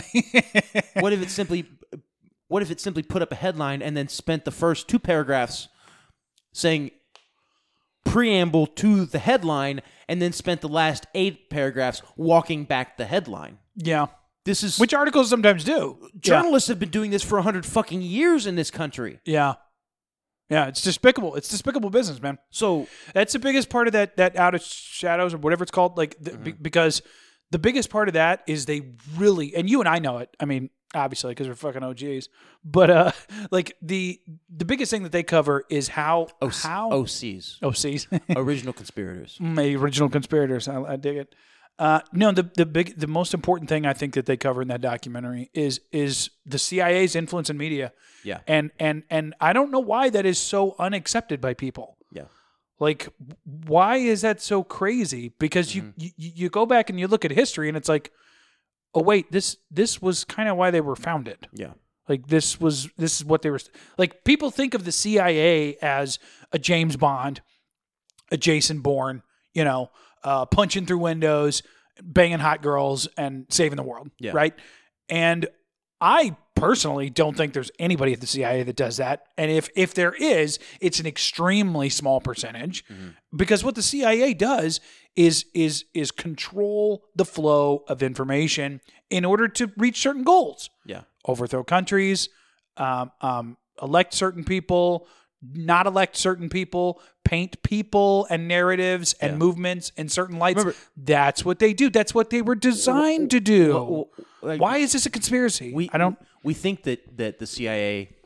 Speaker 2: what if it simply, what if it simply put up a headline and then spent the first two paragraphs saying preamble to the headline, and then spent the last eight paragraphs walking back the headline?
Speaker 1: Yeah,
Speaker 2: This is
Speaker 1: which articles sometimes do. Yeah.
Speaker 2: journalists have been doing this for 100 fucking years in this country.
Speaker 1: yeah, yeah. It's despicable. It's despicable business, man.
Speaker 2: So,
Speaker 1: That's the biggest part of that that out of shadows or whatever it's called. Like the, be- because the biggest part of that is they really and you and I know it. I mean, obviously because we're fucking OGs. But uh, like the the biggest thing that they cover is how how
Speaker 2: OCs,
Speaker 1: OCs
Speaker 2: original conspirators.
Speaker 1: my original conspirators. I, I dig it. Uh, no, the the big the most important thing I think that they cover in that documentary is is the CIA's influence in media.
Speaker 2: Yeah.
Speaker 1: And and and I don't know why that is so unaccepted by people.
Speaker 2: Yeah.
Speaker 1: Like why is that so crazy? Because you
Speaker 2: Mm-hmm.
Speaker 1: you, you go back and you look at history and it's like oh wait, this this was kind of why they were founded.
Speaker 2: Yeah.
Speaker 1: Like this was this is what they were like people think of the CIA as a James Bond, a Jason Bourne, you know, uh, punching through windows, banging hot girls, and saving the world,
Speaker 2: Yeah.
Speaker 1: right? And I personally don't think there's anybody at the CIA that does that. And if if there is, it's an extremely small percentage because what the CIA does is is is control the flow of information in order to reach certain goals
Speaker 2: Yeah.
Speaker 1: overthrow countries, um, um, elect certain people, not elect certain people, paint people and narratives and movements in certain lights. That's what they do. That's what they were designed to do.
Speaker 2: like-
Speaker 1: Why is this a conspiracy?
Speaker 2: We
Speaker 1: I don't.
Speaker 2: We think that that the CIA,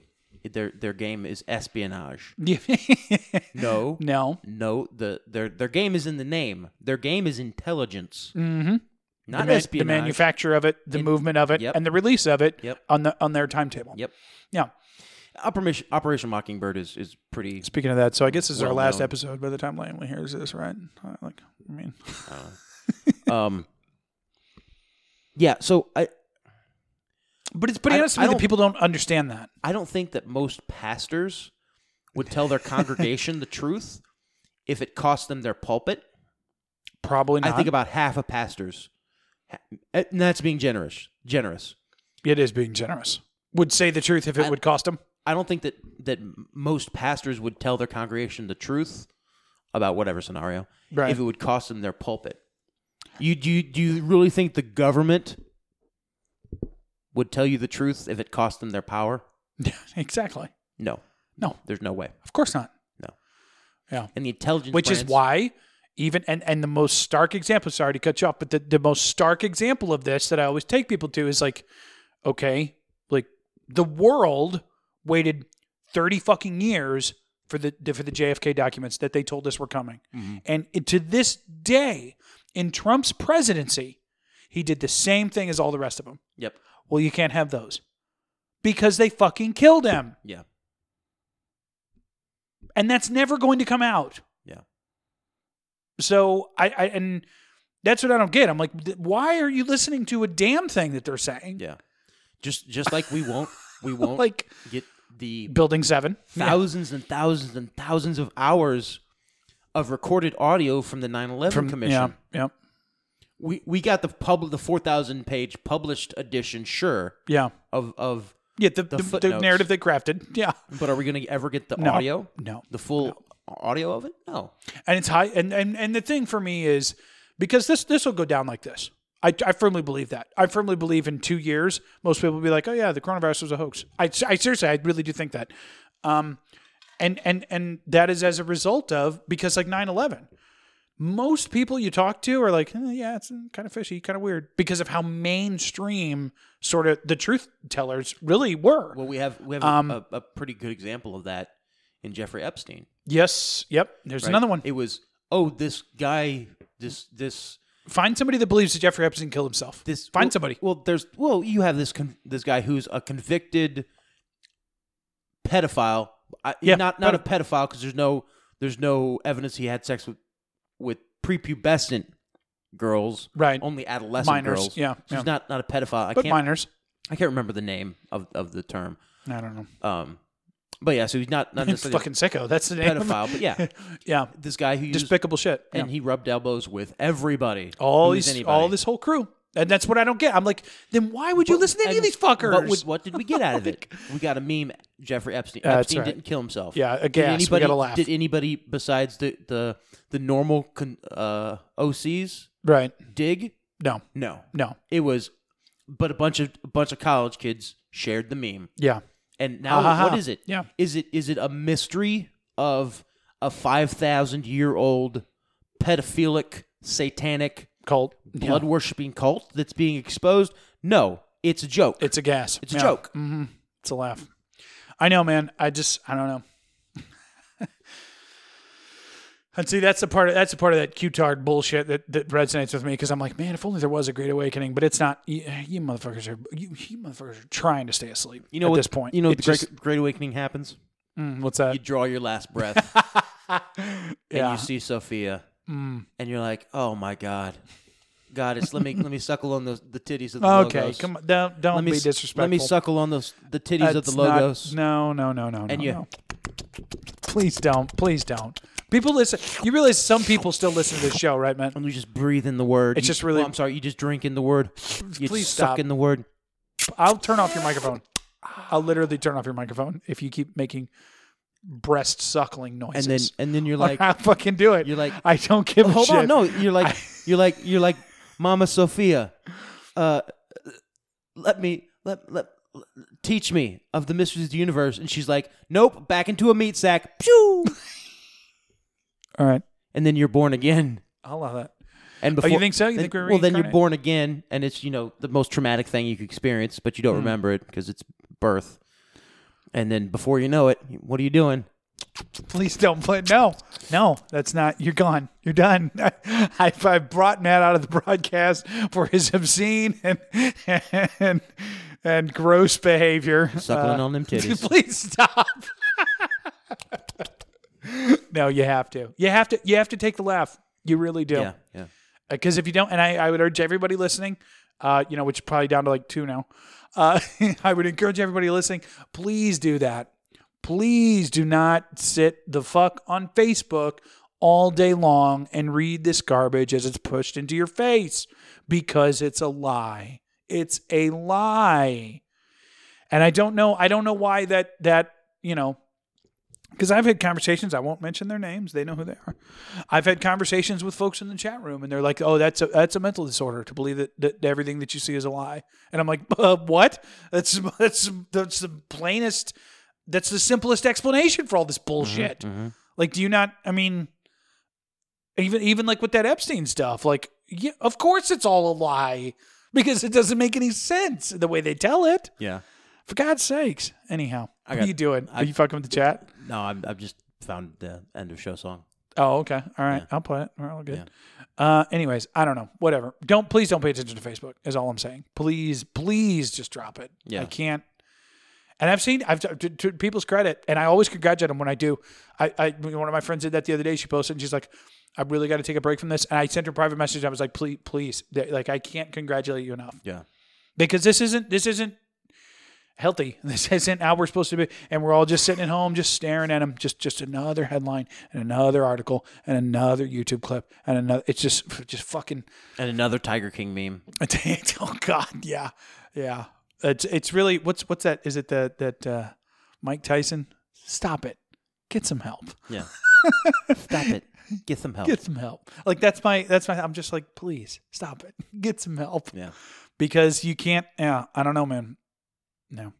Speaker 2: their their game is espionage. No,
Speaker 1: no.
Speaker 2: no. The their their game is in the name. Their game is intelligence. Mm-hmm. Not
Speaker 1: the, man- the
Speaker 2: espionage.
Speaker 1: manufacture of it, the
Speaker 2: In-
Speaker 1: movement of it,
Speaker 2: Yep.
Speaker 1: and the release of it
Speaker 2: Yep.
Speaker 1: on the on their timetable.
Speaker 2: Yep.
Speaker 1: Yeah.
Speaker 2: Operation Operation Mockingbird is is pretty.
Speaker 1: Speaking of that, so I guess this is our
Speaker 2: Well
Speaker 1: last
Speaker 2: known.
Speaker 1: episode by the time Langley hears this, right? Uh, Like, I mean,
Speaker 2: Um. Yeah. So I
Speaker 1: but it's pretty
Speaker 2: I-
Speaker 1: honest to
Speaker 2: I
Speaker 1: me that
Speaker 2: don't-
Speaker 1: people don't understand that.
Speaker 2: I don't think that most pastors would tell their congregation the truth if it cost them their pulpit.
Speaker 1: Probably not.
Speaker 2: I think about half of pastors, ha- and that's being generous. Generous.
Speaker 1: it is being generous. Would say the truth if it
Speaker 2: I-
Speaker 1: would cost them.
Speaker 2: I don't think that that most pastors would tell their congregation the truth about whatever scenario
Speaker 1: Right.
Speaker 2: if it would cost them their pulpit. You do you, do you really think the government would tell you the truth if it cost them their power?
Speaker 1: exactly.
Speaker 2: No,
Speaker 1: No,
Speaker 2: there's no way.
Speaker 1: of course not.
Speaker 2: And the intelligence,
Speaker 1: Which is
Speaker 2: branch-
Speaker 1: why even and and the most stark example. Sorry to cut you off, but the the most stark example of this that I always take people to is like, okay, like the world waited thirty fucking years for the for the JFK documents that they told us were coming,
Speaker 2: Mm-hmm.
Speaker 1: and it, to this day, in Trump's presidency, he did the same thing as all the rest of them.
Speaker 2: Yep.
Speaker 1: Well, you can't have those because they fucking killed him
Speaker 2: Yeah.
Speaker 1: and that's never going to come out.
Speaker 2: Yeah.
Speaker 1: So I, I and that's what I don't get. I'm like, th- why are you listening to a damn thing that they're saying?
Speaker 2: Yeah. Just just like we won't we won't
Speaker 1: Like
Speaker 2: get the
Speaker 1: Building Seven.
Speaker 2: thousands and thousands and thousands of hours of recorded audio from the 9/11 commission.
Speaker 1: Yeah, yeah,
Speaker 2: we we got the pub the four thousand page published edition, sure
Speaker 1: yeah,
Speaker 2: of of,
Speaker 1: yeah. The, the, the
Speaker 2: footnotes.
Speaker 1: narrative they crafted. Yeah,
Speaker 2: but are we gonna ever get the
Speaker 1: No.
Speaker 2: audio?
Speaker 1: No.
Speaker 2: the full audio of it. No,
Speaker 1: and it's high. And and and the thing for me is because this this will go down like this. I, I firmly believe that. I firmly believe in two years, most people will be like, "Oh yeah, the coronavirus was a hoax." I, I seriously, I really do think that. Um, and and and that is as a result of because like 9-11 most people you talk to are like "Eh, yeah it's kind of fishy kind of weird because of how mainstream sort of the truth tellers really were
Speaker 2: well we have we have a-
Speaker 1: Um,
Speaker 2: a, a pretty good example of that in Jeffrey Epstein.
Speaker 1: yes yep there's
Speaker 2: right?
Speaker 1: another one
Speaker 2: It was oh this guy this this
Speaker 1: find somebody that believes that jeffrey epstein killed himself
Speaker 2: this
Speaker 1: find
Speaker 2: well,
Speaker 1: somebody
Speaker 2: Well, there's well you have this con- this guy who's a convicted pedophile. I,
Speaker 1: Yeah,
Speaker 2: not not a pedophile because there's no there's no evidence he had sex with with prepubescent girls,
Speaker 1: Right.
Speaker 2: Only adolescent
Speaker 1: Minors,
Speaker 2: girls.
Speaker 1: yeah,
Speaker 2: so he's
Speaker 1: yeah.
Speaker 2: not not a pedophile. I
Speaker 1: but
Speaker 2: can't
Speaker 1: minors
Speaker 2: I can't remember the name of of the term.
Speaker 1: i don't know
Speaker 2: Um, but yeah, so he's not not just
Speaker 1: fucking sicko that's the
Speaker 2: a
Speaker 1: name
Speaker 2: pedophile. But yeah,
Speaker 1: yeah
Speaker 2: this guy who used,
Speaker 1: despicable shit Yeah.
Speaker 2: and he rubbed elbows with everybody,
Speaker 1: all
Speaker 2: who was
Speaker 1: these,
Speaker 2: anybody.
Speaker 1: all this whole crew and that's what i don't get i'm like then why would you listen to any of
Speaker 2: And
Speaker 1: these fuckers Oh
Speaker 2: What, would- what did we get out of it? We got a meme. Jeffrey Epstein.
Speaker 1: That's
Speaker 2: Epstein
Speaker 1: right.
Speaker 2: didn't kill himself.
Speaker 1: Yeah, a
Speaker 2: Did
Speaker 1: gas. We
Speaker 2: anybody-
Speaker 1: gotta laugh.
Speaker 2: Did anybody besides the the the normal con, uh, OCs
Speaker 1: right
Speaker 2: dig?
Speaker 1: no
Speaker 2: No,
Speaker 1: no
Speaker 2: it was, but a bunch of a bunch of college kids shared the meme,
Speaker 1: yeah
Speaker 2: and now
Speaker 1: Ah, Ha ha ha.
Speaker 2: what is it?
Speaker 1: Yeah.
Speaker 2: is it is it a mystery of a five thousand year old pedophilic satanic
Speaker 1: cult
Speaker 2: blood worshipping cult that's being exposed? No, it's a joke.
Speaker 1: It's a gas.
Speaker 2: It's a joke.
Speaker 1: hmm It's a laugh. I know, man. I just I don't know. and see, that's the part. Of, that's the part of that Q-tard bullshit that, that resonates with me because I'm like, man, if only there was a Great Awakening, but it's not. You, you motherfuckers are you, you motherfuckers are trying to stay asleep.
Speaker 2: You know
Speaker 1: at
Speaker 2: what-
Speaker 1: this point,
Speaker 2: You know
Speaker 1: It
Speaker 2: what the great,
Speaker 1: just-
Speaker 2: great awakening happens.
Speaker 1: mm, what's that?
Speaker 2: You draw your last breath and
Speaker 1: yeah, Mm.
Speaker 2: you see Sophia, and you're like, "Oh my God, God, it's let me let me suckle on the the titties of the
Speaker 1: Oh, okay.
Speaker 2: logos.
Speaker 1: Come on, don't don't
Speaker 2: let me
Speaker 1: be
Speaker 2: s-
Speaker 1: disrespectful.
Speaker 2: Let me suckle on those the titties of the
Speaker 1: That's not-
Speaker 2: logos.
Speaker 1: no, no, no, no,
Speaker 2: And
Speaker 1: no,
Speaker 2: you-
Speaker 1: no. Please don't. Please don't. People listen. You realize some people still listen to this show, right, man?
Speaker 2: And you just breathe in the word.
Speaker 1: It's
Speaker 2: You-
Speaker 1: just really-
Speaker 2: oh, I'm sorry. You just drink in the word. You
Speaker 1: Please
Speaker 2: suck
Speaker 1: stop.
Speaker 2: in the word.
Speaker 1: I'll turn off your microphone. I'll literally turn off your microphone if you keep making breast suckling
Speaker 2: And
Speaker 1: noises.
Speaker 2: then and then you're like,
Speaker 1: I'll fucking do it.
Speaker 2: you're like,
Speaker 1: I don't give a
Speaker 2: hold
Speaker 1: shit.
Speaker 2: on, no. You're like you're like you're like Mama Sophia. Uh, let me let let teach me of the mysteries of the universe. And she's like, nope, back into a meat sack. Pew!
Speaker 1: All right.
Speaker 2: and then you're born again.
Speaker 1: I'll allow that.
Speaker 2: And
Speaker 1: Oh,
Speaker 2: before,
Speaker 1: you think so? You
Speaker 2: then-
Speaker 1: think we're
Speaker 2: well, then you're
Speaker 1: reincarnated?
Speaker 2: born again, and it's you know the most traumatic thing you could experience, but you don't remember it because it's birth. And then before you know it, what are you doing?
Speaker 1: Please don't play. No, no, that's not. You're gone. You're done. I, I brought Matt out of the broadcast for his obscene and and, and gross behavior. Uh,
Speaker 2: Suckling on them titties.
Speaker 1: Please stop. no, you have to. You have to. You have to take the laugh. You really do.
Speaker 2: Yeah, yeah.
Speaker 1: because Uh, if you don't, and I, I would urge everybody listening, uh, you know, which is probably down to like two now, uh, I would encourage everybody listening, please do that. Please do not sit the fuck on Facebook all day long and read this garbage as it's pushed into your face because it's a lie. It's a lie. And I don't know, I don't know why that, that, you know, because I've had conversations, I won't mention their names, they know who they are. I've had conversations with folks in the chat room, and they're like, "Oh, that's a that's a mental disorder to believe that, that everything that you see is a lie." And I'm like, uh, "What? That's that's that's the plainest, that's the simplest explanation for all
Speaker 2: Mm-hmm,
Speaker 1: this bullshit." Like, do you not? I mean, even even like with that Epstein stuff, like, yeah, of course it's all a lie because it doesn't make any sense the way they tell it.
Speaker 2: Yeah.
Speaker 1: For God's sakes! Anyhow,
Speaker 2: I
Speaker 1: what
Speaker 2: got-
Speaker 1: are you doing?
Speaker 2: I-
Speaker 1: are you fucking with the chat?
Speaker 2: No, I'm, I've just found the end of show song.
Speaker 1: Oh, okay. All right. I'll play it. We're all good. Uh, anyways, I don't know. Whatever. Don't please don't pay attention to Facebook. Is all I'm saying. Please, please just drop it.
Speaker 2: Yeah.
Speaker 1: I can't. And I've seen I've to, to people's credit, and I always congratulate them when I do. I, I one of my friends did that the other day. She posted, and she's like, "I really got to take a break from this." And I sent her a private message. I was like, "Please, please, Th- like I can't congratulate you enough."
Speaker 2: Yeah.
Speaker 1: because this isn't this isn't healthy. This isn't how we're supposed to be, and we're all just sitting at home, just staring at them. Just just another headline and another article and another YouTube clip and another. It's just just fucking.
Speaker 2: And another Tiger King meme.
Speaker 1: oh God, yeah, yeah. It's it's really what's what's that? Is it that that uh, Mike Tyson? Stop it. Get some help.
Speaker 2: Yeah. Stop it. Get some help.
Speaker 1: Get some help. Like that's my that's my. I'm just like, please stop it. Get some help.
Speaker 2: yeah.
Speaker 1: because you can't. Yeah, I don't know, man. No,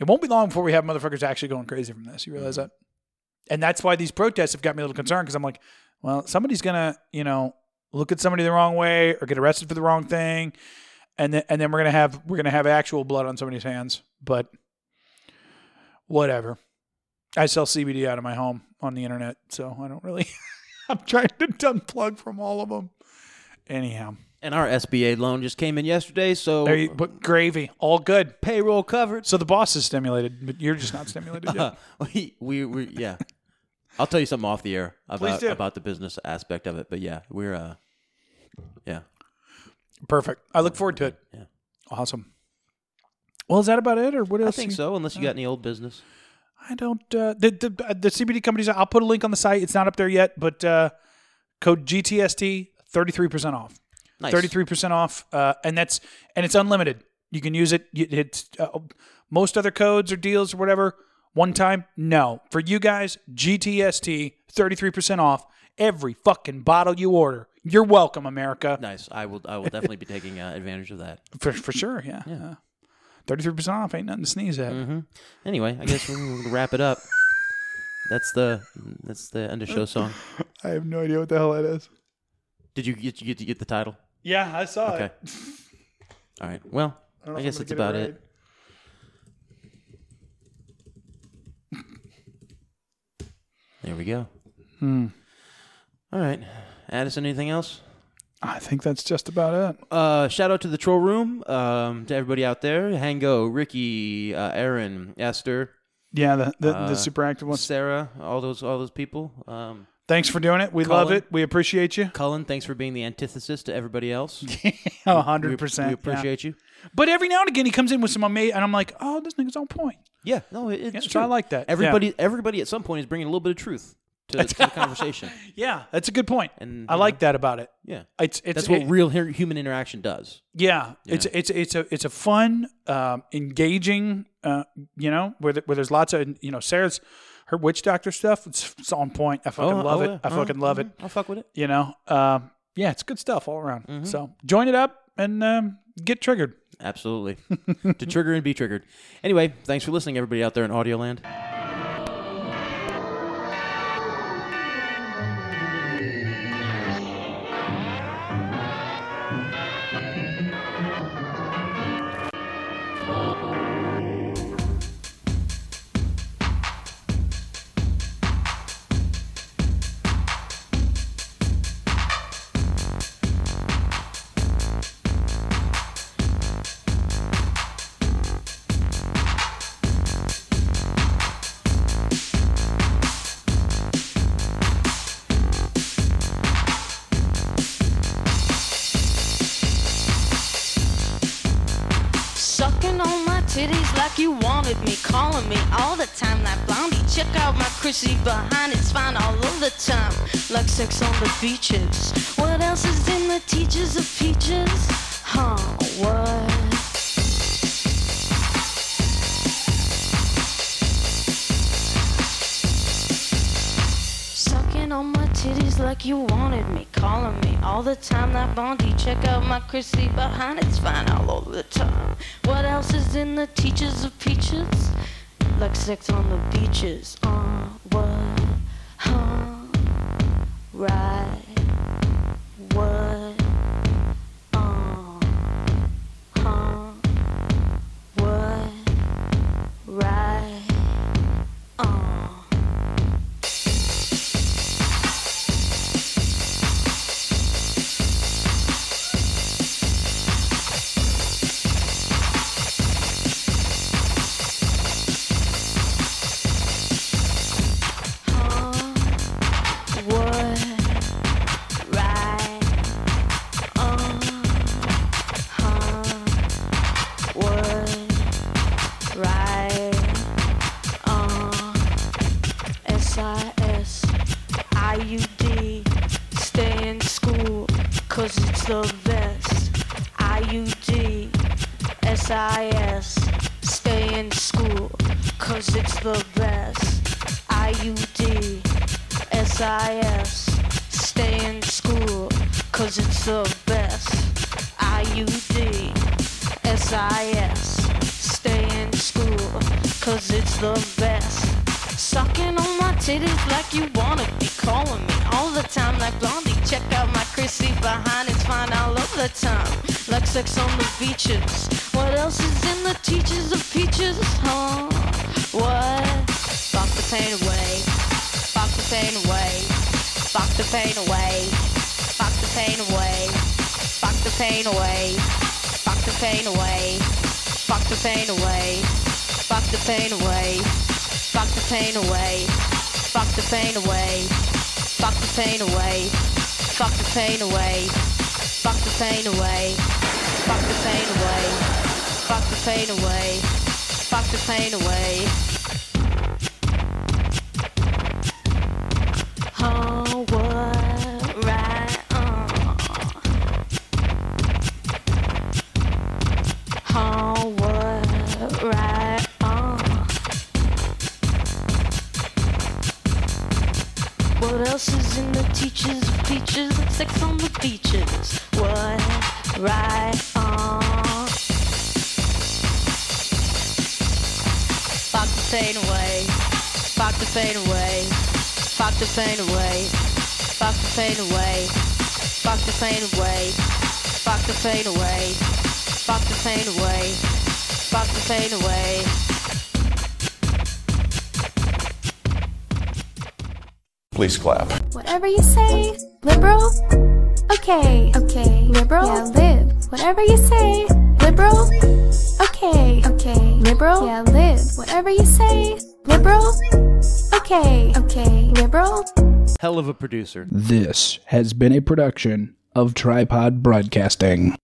Speaker 1: it won't be long before we have motherfuckers actually going crazy from this. You realize
Speaker 2: Mm-hmm.
Speaker 1: that? And that's why these protests have got me a little concerned because I'm like, well, somebody's gonna, you know, look at somebody the wrong way or get arrested for the wrong thing, and then and then we're gonna have we're gonna have actual blood on somebody's hands. But whatever. I sell CBD out of my home on the internet, so I don't really. I'm trying to unplug from all of them. Anyhow,
Speaker 2: And our SBA loan just came in yesterday, so
Speaker 1: there you put gravy. All good.
Speaker 2: payroll covered.
Speaker 1: So the boss is stimulated, but you're just not stimulated yet.
Speaker 2: we, we, we, yeah. I'll tell you something off the air about
Speaker 1: do.
Speaker 2: about the business aspect of it, but yeah, we're uh, yeah,
Speaker 1: Perfect. I look forward to it.
Speaker 2: Yeah.
Speaker 1: Awesome. Well, is that about it, or what
Speaker 2: I
Speaker 1: else?
Speaker 2: think
Speaker 1: you-
Speaker 2: so. Unless you got any old business,
Speaker 1: I don't. Uh, the, the uh, the CBD companies. I'll put a link on the site. It's not up there yet, but uh, code GTST thirty three percent off.
Speaker 2: nice.
Speaker 1: Thirty three percent off, uh, and that's and it's unlimited. You can use it. You- It's uh, most other codes or deals or whatever. One time, no. For you guys, GTST thirty three percent off every fucking bottle you order. You're welcome, America.
Speaker 2: nice. I will I will definitely be taking uh, advantage of that.
Speaker 1: For for sure, yeah. Yeah. Thirty three percent off ain't nothing to sneeze at.
Speaker 2: Mm-hmm. Anyway, I guess we're gonna wrap it up. That's the that's the end of show song.
Speaker 1: I have no idea what the hell that is.
Speaker 2: Did you get you get, you get the title?
Speaker 1: Yeah, I saw
Speaker 2: Okay. All right. Well, I, guess that's about it. There we go. Hmm. All right. Addison, anything else?
Speaker 1: I think that's just about it.
Speaker 2: Uh, shout out to the troll room, um, to everybody out there. Hango, Ricky, uh, Aaron, Esther,
Speaker 1: Yeah, the the,
Speaker 2: Uh,
Speaker 1: the super active ones.
Speaker 2: Sarah, all those all those people. Um,
Speaker 1: Thanks for doing it. We love
Speaker 2: Colin.
Speaker 1: it. We appreciate you.
Speaker 2: Cullen, thanks for being the antithesis to everybody else.
Speaker 1: A
Speaker 2: We-
Speaker 1: hundred percent.
Speaker 2: We
Speaker 1: yeah.
Speaker 2: appreciate you.
Speaker 1: But every now and again, he comes in with some amazing, and I'm like, oh, this nigga's on point.
Speaker 2: Yeah, no, it- it's
Speaker 1: so
Speaker 2: true.
Speaker 1: I like that. Yeah.
Speaker 2: Everybody, everybody at some point is bringing a little bit of truth to, to the conversation.
Speaker 1: Yeah, that's a good point.
Speaker 2: And,
Speaker 1: I
Speaker 2: you
Speaker 1: like
Speaker 2: know.
Speaker 1: that about it.
Speaker 2: Yeah,
Speaker 1: It's it's
Speaker 2: that's what
Speaker 1: it-
Speaker 2: real hu- human interaction does.
Speaker 1: yeah, It's it's it's a it's a fun, um, engaging, uh, you know, where the, where there's lots of you know Sarah's her witch doctor stuff. It's, it's on point. I fucking
Speaker 2: Oh,
Speaker 1: love
Speaker 2: oh,
Speaker 1: it.
Speaker 2: yeah.
Speaker 1: I
Speaker 2: Oh,
Speaker 1: fucking love it.
Speaker 2: I'll fuck with it. Mm-hmm.
Speaker 1: You know, um, yeah, it's good stuff all around. So join it up and um, get triggered.
Speaker 2: Absolutely. to trigger and be triggered. Anyway, thanks for listening, everybody out there in Audio Land.
Speaker 3: Sucking on my titties like you wanted me. Calling me all the time, that blondie. Check out my Chrissy behind, it's fine all of the time. Like sex on the beaches. What else is in the teachers of peaches? Huh, what? Sucking on my titties like you wanted me. Calling me all the time, that Bondi. Check out my Chrissy behind, it's fine all over the time. What else is in the teachers of peaches? Like sex on the beaches. Uh, what? Huh? Right. What? Uh, huh? What? Right. Uh. Stay in school, cause it's the best. IUD, SIS, stay in school, cause it's the best. IUD, SIS, stay in school, cause it's the best. IUD, SIS, stay in school, cause it's the best. Sucking on my titties like you wanna be calling me all the time like Blondie. Check out my Chrissy behind, it's fine all over the time. Like sex on the beaches. What else is in the teachers of peaches, huh? What? Fuck the pain away. Fuck the pain away. Fuck the pain away. Fuck the pain away. Fuck the pain away. Fuck the pain away. Fuck the pain away. Fuck the pain away. Fuck the pain away. Fuck the pain away. Fuck the pain away. Fuck the pain away. Fuck the pain away. Fuck the pain away. Fuck the pain away. Fuck the pain away. Oh, what? Right. Uh. Homeward, right on. What else is in the teachers' features? Sex on the beaches. What? Right on. Fuck the pain away. Fuck the pain away. Fuck the pain away. Fuck the pain away. Fuck the pain away. Fuck the pain away. Fuck the pain away. Fuck the pain away.
Speaker 4: Please clap.
Speaker 5: Whatever you say, liberal. Okay, okay, liberal. Yeah, live. Whatever you say, liberal. Okay, okay, liberal. Yeah, live. Whatever you say, liberal. Okay, okay, liberal.
Speaker 2: Hell of a producer.
Speaker 6: This has been a production of Tripod Broadcasting.